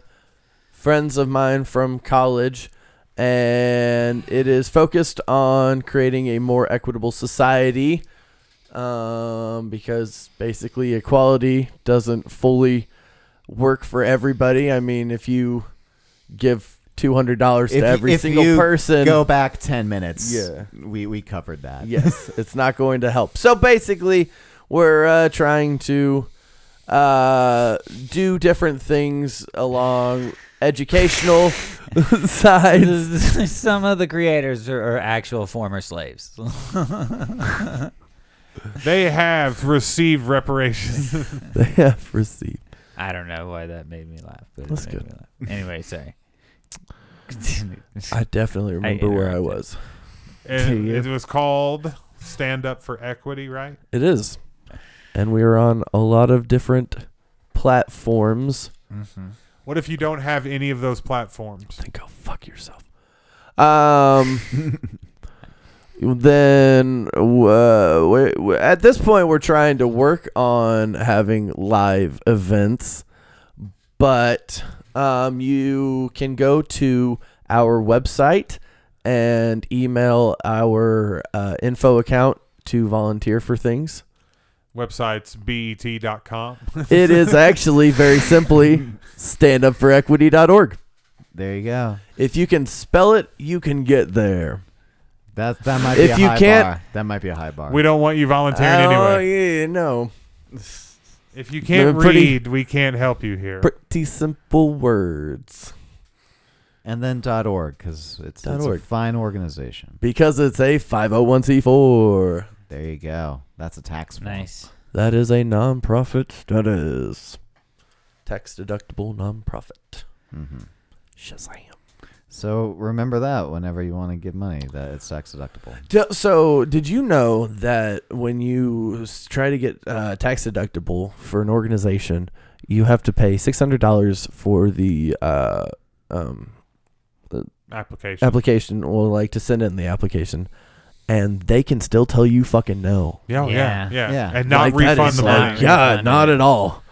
[SPEAKER 4] friends of mine from college, and it is focused on creating a more equitable society. Um, because basically equality doesn't fully work for everybody. I mean, if you give two hundred dollars
[SPEAKER 1] If
[SPEAKER 4] to
[SPEAKER 1] you-
[SPEAKER 4] every
[SPEAKER 1] if
[SPEAKER 4] single
[SPEAKER 1] you
[SPEAKER 4] person,
[SPEAKER 1] Go back ten minutes.
[SPEAKER 4] Yeah.
[SPEAKER 1] we we covered that.
[SPEAKER 4] yes, it's not going to help. So basically, we're uh, trying to uh, do different things along educational sides.
[SPEAKER 2] Some of the creators are, are actual former slaves.
[SPEAKER 3] they have received reparations.
[SPEAKER 4] They have received.
[SPEAKER 2] I don't know why that made me laugh, but it
[SPEAKER 4] That's
[SPEAKER 2] made
[SPEAKER 4] good.
[SPEAKER 2] me laugh. Anyway, sorry.
[SPEAKER 4] I definitely remember where I
[SPEAKER 2] interrupted.
[SPEAKER 4] was.
[SPEAKER 3] And
[SPEAKER 1] you.
[SPEAKER 3] it was called Stand Up for Equity, right?
[SPEAKER 4] It is, and we are on a lot of different platforms.
[SPEAKER 2] Mhm.
[SPEAKER 3] What if you don't have any of those platforms?
[SPEAKER 4] Then go fuck yourself. Um. then uh, we, we- at this point we're trying to work on having live events but um, you can go to our website and email our uh, info account to volunteer for things
[SPEAKER 3] Websites E bet.com.
[SPEAKER 4] it is actually very simply standupforequity.org
[SPEAKER 1] There you go.
[SPEAKER 4] if you can spell it you can get there
[SPEAKER 1] That that might
[SPEAKER 4] If
[SPEAKER 1] be a
[SPEAKER 4] you
[SPEAKER 1] high
[SPEAKER 4] can't-
[SPEAKER 1] bar. That might be a high bar.
[SPEAKER 3] We don't want you volunteering
[SPEAKER 4] oh
[SPEAKER 3] anyway.
[SPEAKER 4] yeah no
[SPEAKER 3] If you can't
[SPEAKER 4] They're pretty-
[SPEAKER 3] read, we can't help you here.
[SPEAKER 4] pretty simple words
[SPEAKER 1] and then dot .org because it's,
[SPEAKER 4] Dot
[SPEAKER 1] it's a
[SPEAKER 4] org.
[SPEAKER 1] fine organization.
[SPEAKER 4] Because it's a 501c4.
[SPEAKER 1] There you go. That's a tax. form.
[SPEAKER 2] Nice.
[SPEAKER 4] That is a nonprofit status. Tax deductible nonprofit.
[SPEAKER 1] Mhm.
[SPEAKER 4] Shazam.
[SPEAKER 1] So remember that whenever you want to give money, that it's tax deductible.
[SPEAKER 4] So, did you know that when you s- try to get uh, tax deductible for an organization, you have to pay $600 for the uh, um,
[SPEAKER 3] Application.
[SPEAKER 4] application or like to send in the application, and they can still tell you fucking no?
[SPEAKER 3] yeah, oh, yeah,
[SPEAKER 2] Yeah.
[SPEAKER 3] yeah,
[SPEAKER 1] Yeah.
[SPEAKER 3] And not
[SPEAKER 4] Like, that
[SPEAKER 3] refund
[SPEAKER 4] is
[SPEAKER 3] the
[SPEAKER 4] like,
[SPEAKER 3] money.
[SPEAKER 4] Yeah,
[SPEAKER 2] Refund
[SPEAKER 4] not
[SPEAKER 2] it.
[SPEAKER 4] at all.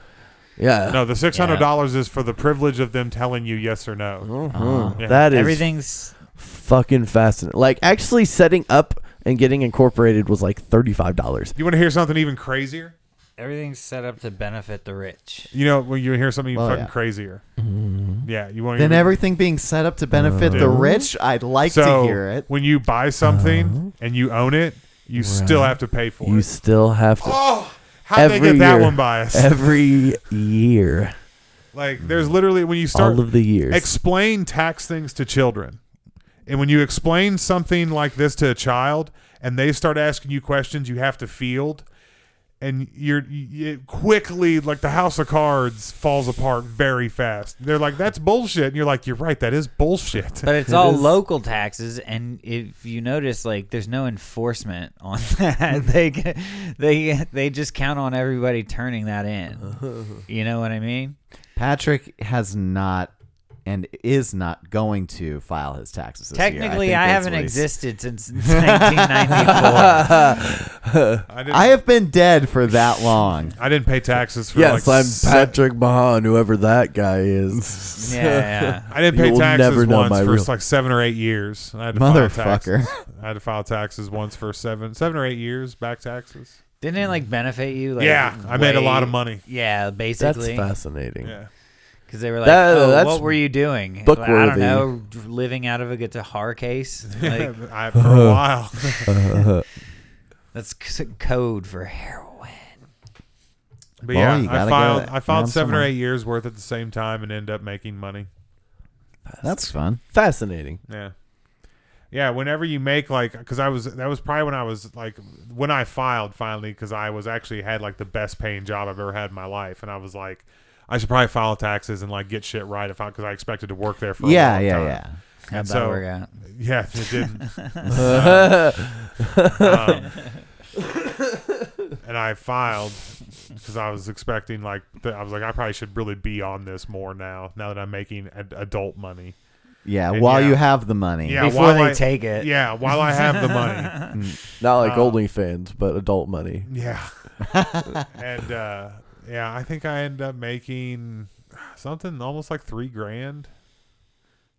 [SPEAKER 4] Yeah.
[SPEAKER 3] No, the six hundred dollars is for the privilege of them telling you yes or no.
[SPEAKER 4] Uh-huh.
[SPEAKER 3] Yeah.
[SPEAKER 4] That is
[SPEAKER 2] Everything's
[SPEAKER 4] fucking fascinating. Like actually setting up and getting incorporated was like thirty five dollars.
[SPEAKER 3] You want to hear something even crazier?
[SPEAKER 2] everything's set up to benefit the rich.
[SPEAKER 3] You know, when you hear something even
[SPEAKER 1] Well,
[SPEAKER 3] fucking
[SPEAKER 1] yeah.
[SPEAKER 3] crazier. Yeah, you want
[SPEAKER 1] Then everything being set up to benefit the
[SPEAKER 3] Uh,
[SPEAKER 1] rich, I'd like to
[SPEAKER 3] so
[SPEAKER 1] hear it.
[SPEAKER 3] when you buy something and you own it, you still have to pay for
[SPEAKER 4] You
[SPEAKER 3] it.
[SPEAKER 4] still have to
[SPEAKER 3] Oh, how'd they
[SPEAKER 4] Every
[SPEAKER 3] get that
[SPEAKER 4] year.
[SPEAKER 3] one by us?
[SPEAKER 4] every year,
[SPEAKER 3] Like, there's literally when you start
[SPEAKER 4] all of the years.
[SPEAKER 3] explain tax things to children. And when you explain something like this to a child and they start asking you questions you have to field and you're you, it quickly like the house of cards falls apart very fast. They're like that's bullshit and you're like you're right that is bullshit.
[SPEAKER 2] But it's
[SPEAKER 4] It
[SPEAKER 2] all
[SPEAKER 4] is-
[SPEAKER 2] local taxes, and if you notice, like there's no enforcement on
[SPEAKER 3] Mm-hmm.
[SPEAKER 2] that. they g- they they just count on everybody turning that in. You know what I mean?
[SPEAKER 1] Patrick has not and is not going to file his taxes this year.
[SPEAKER 2] Technically,
[SPEAKER 1] think
[SPEAKER 2] I,
[SPEAKER 1] that's
[SPEAKER 2] haven't
[SPEAKER 1] what he's-
[SPEAKER 2] existed since 1994.
[SPEAKER 3] I didn't
[SPEAKER 1] I have been dead for that long.
[SPEAKER 3] I didn't pay taxes for
[SPEAKER 4] yes,
[SPEAKER 3] like
[SPEAKER 4] I'm
[SPEAKER 3] se-
[SPEAKER 4] Patrick Mahan, whoever that guy is.
[SPEAKER 2] yeah, yeah.
[SPEAKER 3] I didn't
[SPEAKER 4] You
[SPEAKER 3] pay
[SPEAKER 4] will
[SPEAKER 3] taxes
[SPEAKER 4] never know
[SPEAKER 3] once
[SPEAKER 4] my
[SPEAKER 3] for
[SPEAKER 4] real-
[SPEAKER 3] like 7 or 8 years. I had to file
[SPEAKER 1] Motherfucker.
[SPEAKER 3] taxes. I had to file taxes once for 7 7 or 8 years back taxes.
[SPEAKER 2] Didn't it like benefit you? Like,
[SPEAKER 3] yeah, I made a
[SPEAKER 2] way-
[SPEAKER 3] lot of money.
[SPEAKER 2] Yeah,
[SPEAKER 4] That's
[SPEAKER 2] basically,
[SPEAKER 4] fascinating.
[SPEAKER 3] Yeah.
[SPEAKER 2] because they were like,
[SPEAKER 4] That-
[SPEAKER 2] oh,
[SPEAKER 4] that's
[SPEAKER 2] "What were you doing?"
[SPEAKER 4] book
[SPEAKER 2] Like, I don't
[SPEAKER 4] worthy.
[SPEAKER 2] know, living out of a guitar case. Like,
[SPEAKER 3] I, for a while.
[SPEAKER 2] that's c- code for heroin.
[SPEAKER 3] But
[SPEAKER 1] Well,
[SPEAKER 3] yeah,
[SPEAKER 1] you gotta
[SPEAKER 3] I
[SPEAKER 1] go
[SPEAKER 3] filed
[SPEAKER 1] to-
[SPEAKER 3] I filed
[SPEAKER 1] yeah,
[SPEAKER 3] seven or
[SPEAKER 1] somewhere.
[SPEAKER 3] eight years worth at the same time and end up making money.
[SPEAKER 1] That's fun.
[SPEAKER 4] Fascinating.
[SPEAKER 3] Yeah. Yeah, whenever you make like, because I was that was probably when I was like when I filed finally because I was actually had like the best paying job I've ever had in my life, and I was like, I should probably file taxes and like get shit right if I because I expected to work there for a
[SPEAKER 1] Yeah,
[SPEAKER 3] long
[SPEAKER 1] yeah,
[SPEAKER 3] time.
[SPEAKER 1] yeah.
[SPEAKER 2] How'd
[SPEAKER 3] so-
[SPEAKER 2] that work out?
[SPEAKER 3] yeah it didn't um, and I filed because I was expecting like th- I was like I probably should really be on this more now now that I'm making ad- adult money.
[SPEAKER 1] Yeah,
[SPEAKER 3] And
[SPEAKER 1] while
[SPEAKER 3] yeah.
[SPEAKER 1] you have the money.
[SPEAKER 3] Yeah,
[SPEAKER 2] Before
[SPEAKER 3] while
[SPEAKER 2] they
[SPEAKER 3] I-
[SPEAKER 2] take
[SPEAKER 1] Eh.
[SPEAKER 2] it.
[SPEAKER 3] Yeah, while I have the money.
[SPEAKER 4] Not like
[SPEAKER 3] Uh,
[SPEAKER 4] OnlyFans, but adult money.
[SPEAKER 3] Yeah, and uh, yeah, I think I end up making something almost like three grand.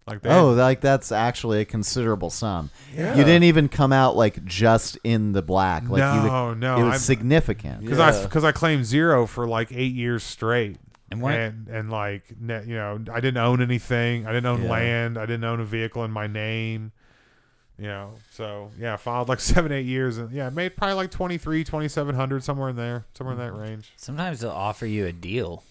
[SPEAKER 3] Like that.
[SPEAKER 1] Oh, like that's actually a considerable sum.
[SPEAKER 3] Yeah.
[SPEAKER 1] You didn't even come out like just in the black. Like you
[SPEAKER 3] No, no,
[SPEAKER 1] it was
[SPEAKER 3] I'm-
[SPEAKER 1] significant.
[SPEAKER 3] because I because I claimed zero for like eight years straight.
[SPEAKER 2] And what-
[SPEAKER 3] and, and, like ne- you know, I didn't own anything. I didn't own
[SPEAKER 4] Yeah.
[SPEAKER 3] land. I didn't own a vehicle in my name. You know, so yeah, I filed like seven, eight years, and yeah, made probably like 23, 2700 somewhere in there, somewhere in that range.
[SPEAKER 2] Sometimes they'll offer you a deal,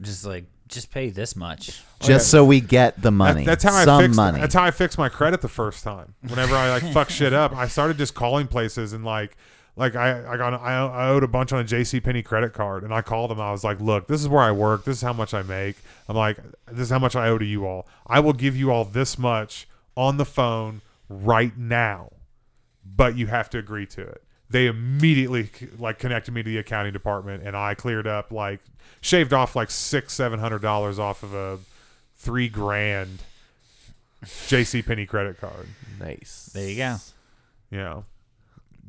[SPEAKER 2] just like just pay this much.
[SPEAKER 1] Just so we get the
[SPEAKER 3] That-
[SPEAKER 1] money.
[SPEAKER 3] that's how
[SPEAKER 1] Some
[SPEAKER 3] I fixed.
[SPEAKER 1] money.
[SPEAKER 3] That's how I fixed my credit the first time. Whenever I like fuck shit up, I started just calling places and like. Like I, I got I, I owed a bunch on a J.C. Penney credit card, and I called them. I was like, "Look, this is where I work. This is how much I make. I'm like, this is how much I owe to you all. I will give you all this much on the phone right now, but you have to agree to it." They immediately like connected me to the accounting department, and I cleared up like shaved off like six seven hundred dollars off of a three grand JC Penny credit card.
[SPEAKER 4] Nice.
[SPEAKER 2] There you go.
[SPEAKER 3] You know.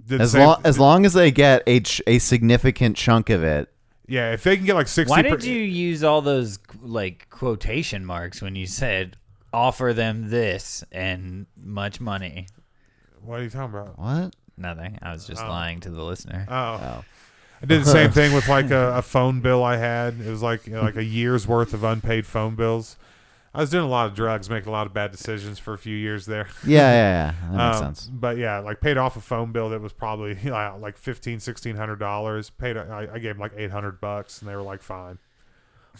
[SPEAKER 3] Did
[SPEAKER 1] as
[SPEAKER 3] same-
[SPEAKER 1] long as long as they get a ch- a significant chunk of it.
[SPEAKER 3] yeah, if they can get like sixty.
[SPEAKER 2] Why did you use all those like quotation marks when you said offer them this and much money?
[SPEAKER 3] What are you talking about?
[SPEAKER 1] What?
[SPEAKER 2] Nothing. I was just
[SPEAKER 3] Oh.
[SPEAKER 2] lying to the listener.
[SPEAKER 3] Oh. I did the same thing with like a, a phone bill I had. It was like you know, like a year's worth of unpaid phone bills. I was doing a lot of drugs, making a lot of bad decisions for a few years there.
[SPEAKER 1] Yeah, yeah, yeah. That makes
[SPEAKER 3] Um,
[SPEAKER 1] sense.
[SPEAKER 3] But yeah, like paid off a phone bill that was probably you know, like fifteen, sixteen hundred dollars. Paid, I, I gave them like eight hundred bucks, and they were like, "Fine."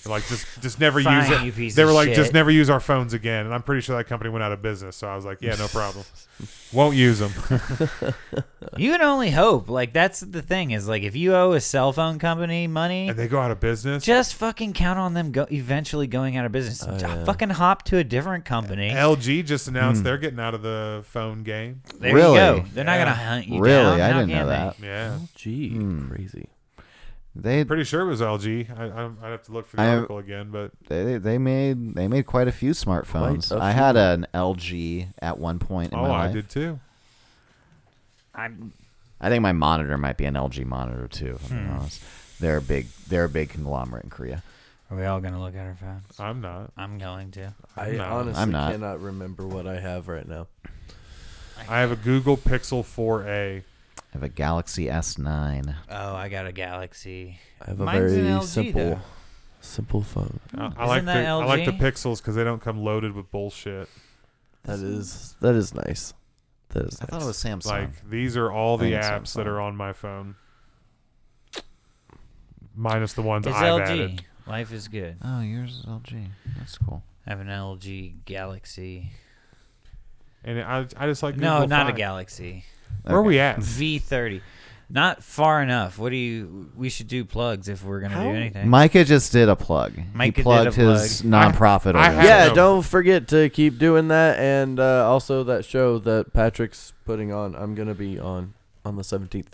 [SPEAKER 3] They're like just, just never
[SPEAKER 2] Fine,
[SPEAKER 3] use it.
[SPEAKER 2] you piece
[SPEAKER 3] they
[SPEAKER 2] of
[SPEAKER 3] were like, just
[SPEAKER 2] shit.
[SPEAKER 3] never use our phones again. And I'm pretty sure that company went out of business. So I was like, yeah, no problem. Won't use them.
[SPEAKER 2] You can only hope. Like that's the thing is like if you owe a cell phone company money,
[SPEAKER 3] and they go out of business.
[SPEAKER 2] just fucking count on them go eventually going out of business.
[SPEAKER 1] Oh,
[SPEAKER 2] J-
[SPEAKER 4] yeah.
[SPEAKER 2] Fucking hop to a different company.
[SPEAKER 3] LG just
[SPEAKER 1] Hmm.
[SPEAKER 3] announced they're getting out of the phone game.
[SPEAKER 2] There
[SPEAKER 1] Really?
[SPEAKER 2] you go. They're not
[SPEAKER 3] Yeah.
[SPEAKER 2] gonna hunt you
[SPEAKER 1] Really,
[SPEAKER 2] down.
[SPEAKER 1] I
[SPEAKER 2] How
[SPEAKER 1] didn't know
[SPEAKER 2] can they?
[SPEAKER 1] that.
[SPEAKER 3] Yeah,
[SPEAKER 4] Gee, crazy.
[SPEAKER 1] They
[SPEAKER 3] pretty sure it was LG. I, I, I'd have to look for the
[SPEAKER 1] I-
[SPEAKER 3] article again, but
[SPEAKER 1] they they made they made quite a few smartphones.
[SPEAKER 4] Quite a
[SPEAKER 1] I
[SPEAKER 4] few.
[SPEAKER 1] had an LG at one point in
[SPEAKER 3] oh,
[SPEAKER 1] my
[SPEAKER 3] I
[SPEAKER 1] life.
[SPEAKER 3] did too.
[SPEAKER 2] I'm
[SPEAKER 1] I think my monitor might be an LG monitor too. If I'm
[SPEAKER 3] Hmm.
[SPEAKER 1] being honest, they're a big they're a big conglomerate in Korea.
[SPEAKER 2] Are we all gonna look at our phones?
[SPEAKER 3] I'm not.
[SPEAKER 2] I'm going to.
[SPEAKER 4] I
[SPEAKER 3] No,
[SPEAKER 4] honestly
[SPEAKER 1] I'm not.
[SPEAKER 4] cannot remember what I have right now.
[SPEAKER 3] I have a Google Pixel 4a.
[SPEAKER 1] I have a Galaxy S9.
[SPEAKER 2] Oh, I got a Galaxy.
[SPEAKER 4] I have a
[SPEAKER 2] Mine's an
[SPEAKER 4] very
[SPEAKER 2] LG,
[SPEAKER 4] simple,
[SPEAKER 2] though.
[SPEAKER 4] simple phone.
[SPEAKER 3] I, I
[SPEAKER 2] Isn't
[SPEAKER 3] like the
[SPEAKER 2] that
[SPEAKER 3] I like the
[SPEAKER 2] LG?
[SPEAKER 3] pixels because they don't come loaded with bullshit.
[SPEAKER 4] That is that is nice. That is.
[SPEAKER 1] I thought it was Samsung.
[SPEAKER 3] Like these are all the
[SPEAKER 1] I think
[SPEAKER 3] apps
[SPEAKER 1] Samsung.
[SPEAKER 3] that are on my phone, minus the ones
[SPEAKER 2] It's
[SPEAKER 3] I've
[SPEAKER 2] LG.
[SPEAKER 3] added.
[SPEAKER 2] Life is good.
[SPEAKER 1] oh, yours is LG. That's cool.
[SPEAKER 2] I have an LG Galaxy.
[SPEAKER 3] And I, I just like
[SPEAKER 2] No,
[SPEAKER 3] Google
[SPEAKER 2] not a
[SPEAKER 3] Fi.
[SPEAKER 2] Galaxy.
[SPEAKER 3] Where are
[SPEAKER 1] Okay.
[SPEAKER 3] we at?
[SPEAKER 2] V30. Not far enough. What do you? We should do plugs if we're gonna do anything.
[SPEAKER 1] Micah just did a plug.
[SPEAKER 2] Micah
[SPEAKER 1] he
[SPEAKER 2] did
[SPEAKER 1] plugged
[SPEAKER 2] a plug.
[SPEAKER 1] his nonprofit.
[SPEAKER 3] I
[SPEAKER 1] over
[SPEAKER 3] have-
[SPEAKER 1] there.
[SPEAKER 4] Yeah,
[SPEAKER 3] No.
[SPEAKER 4] don't forget to keep doing that, and uh, also that show that Patrick's putting on. I'm gonna be on on the 17th.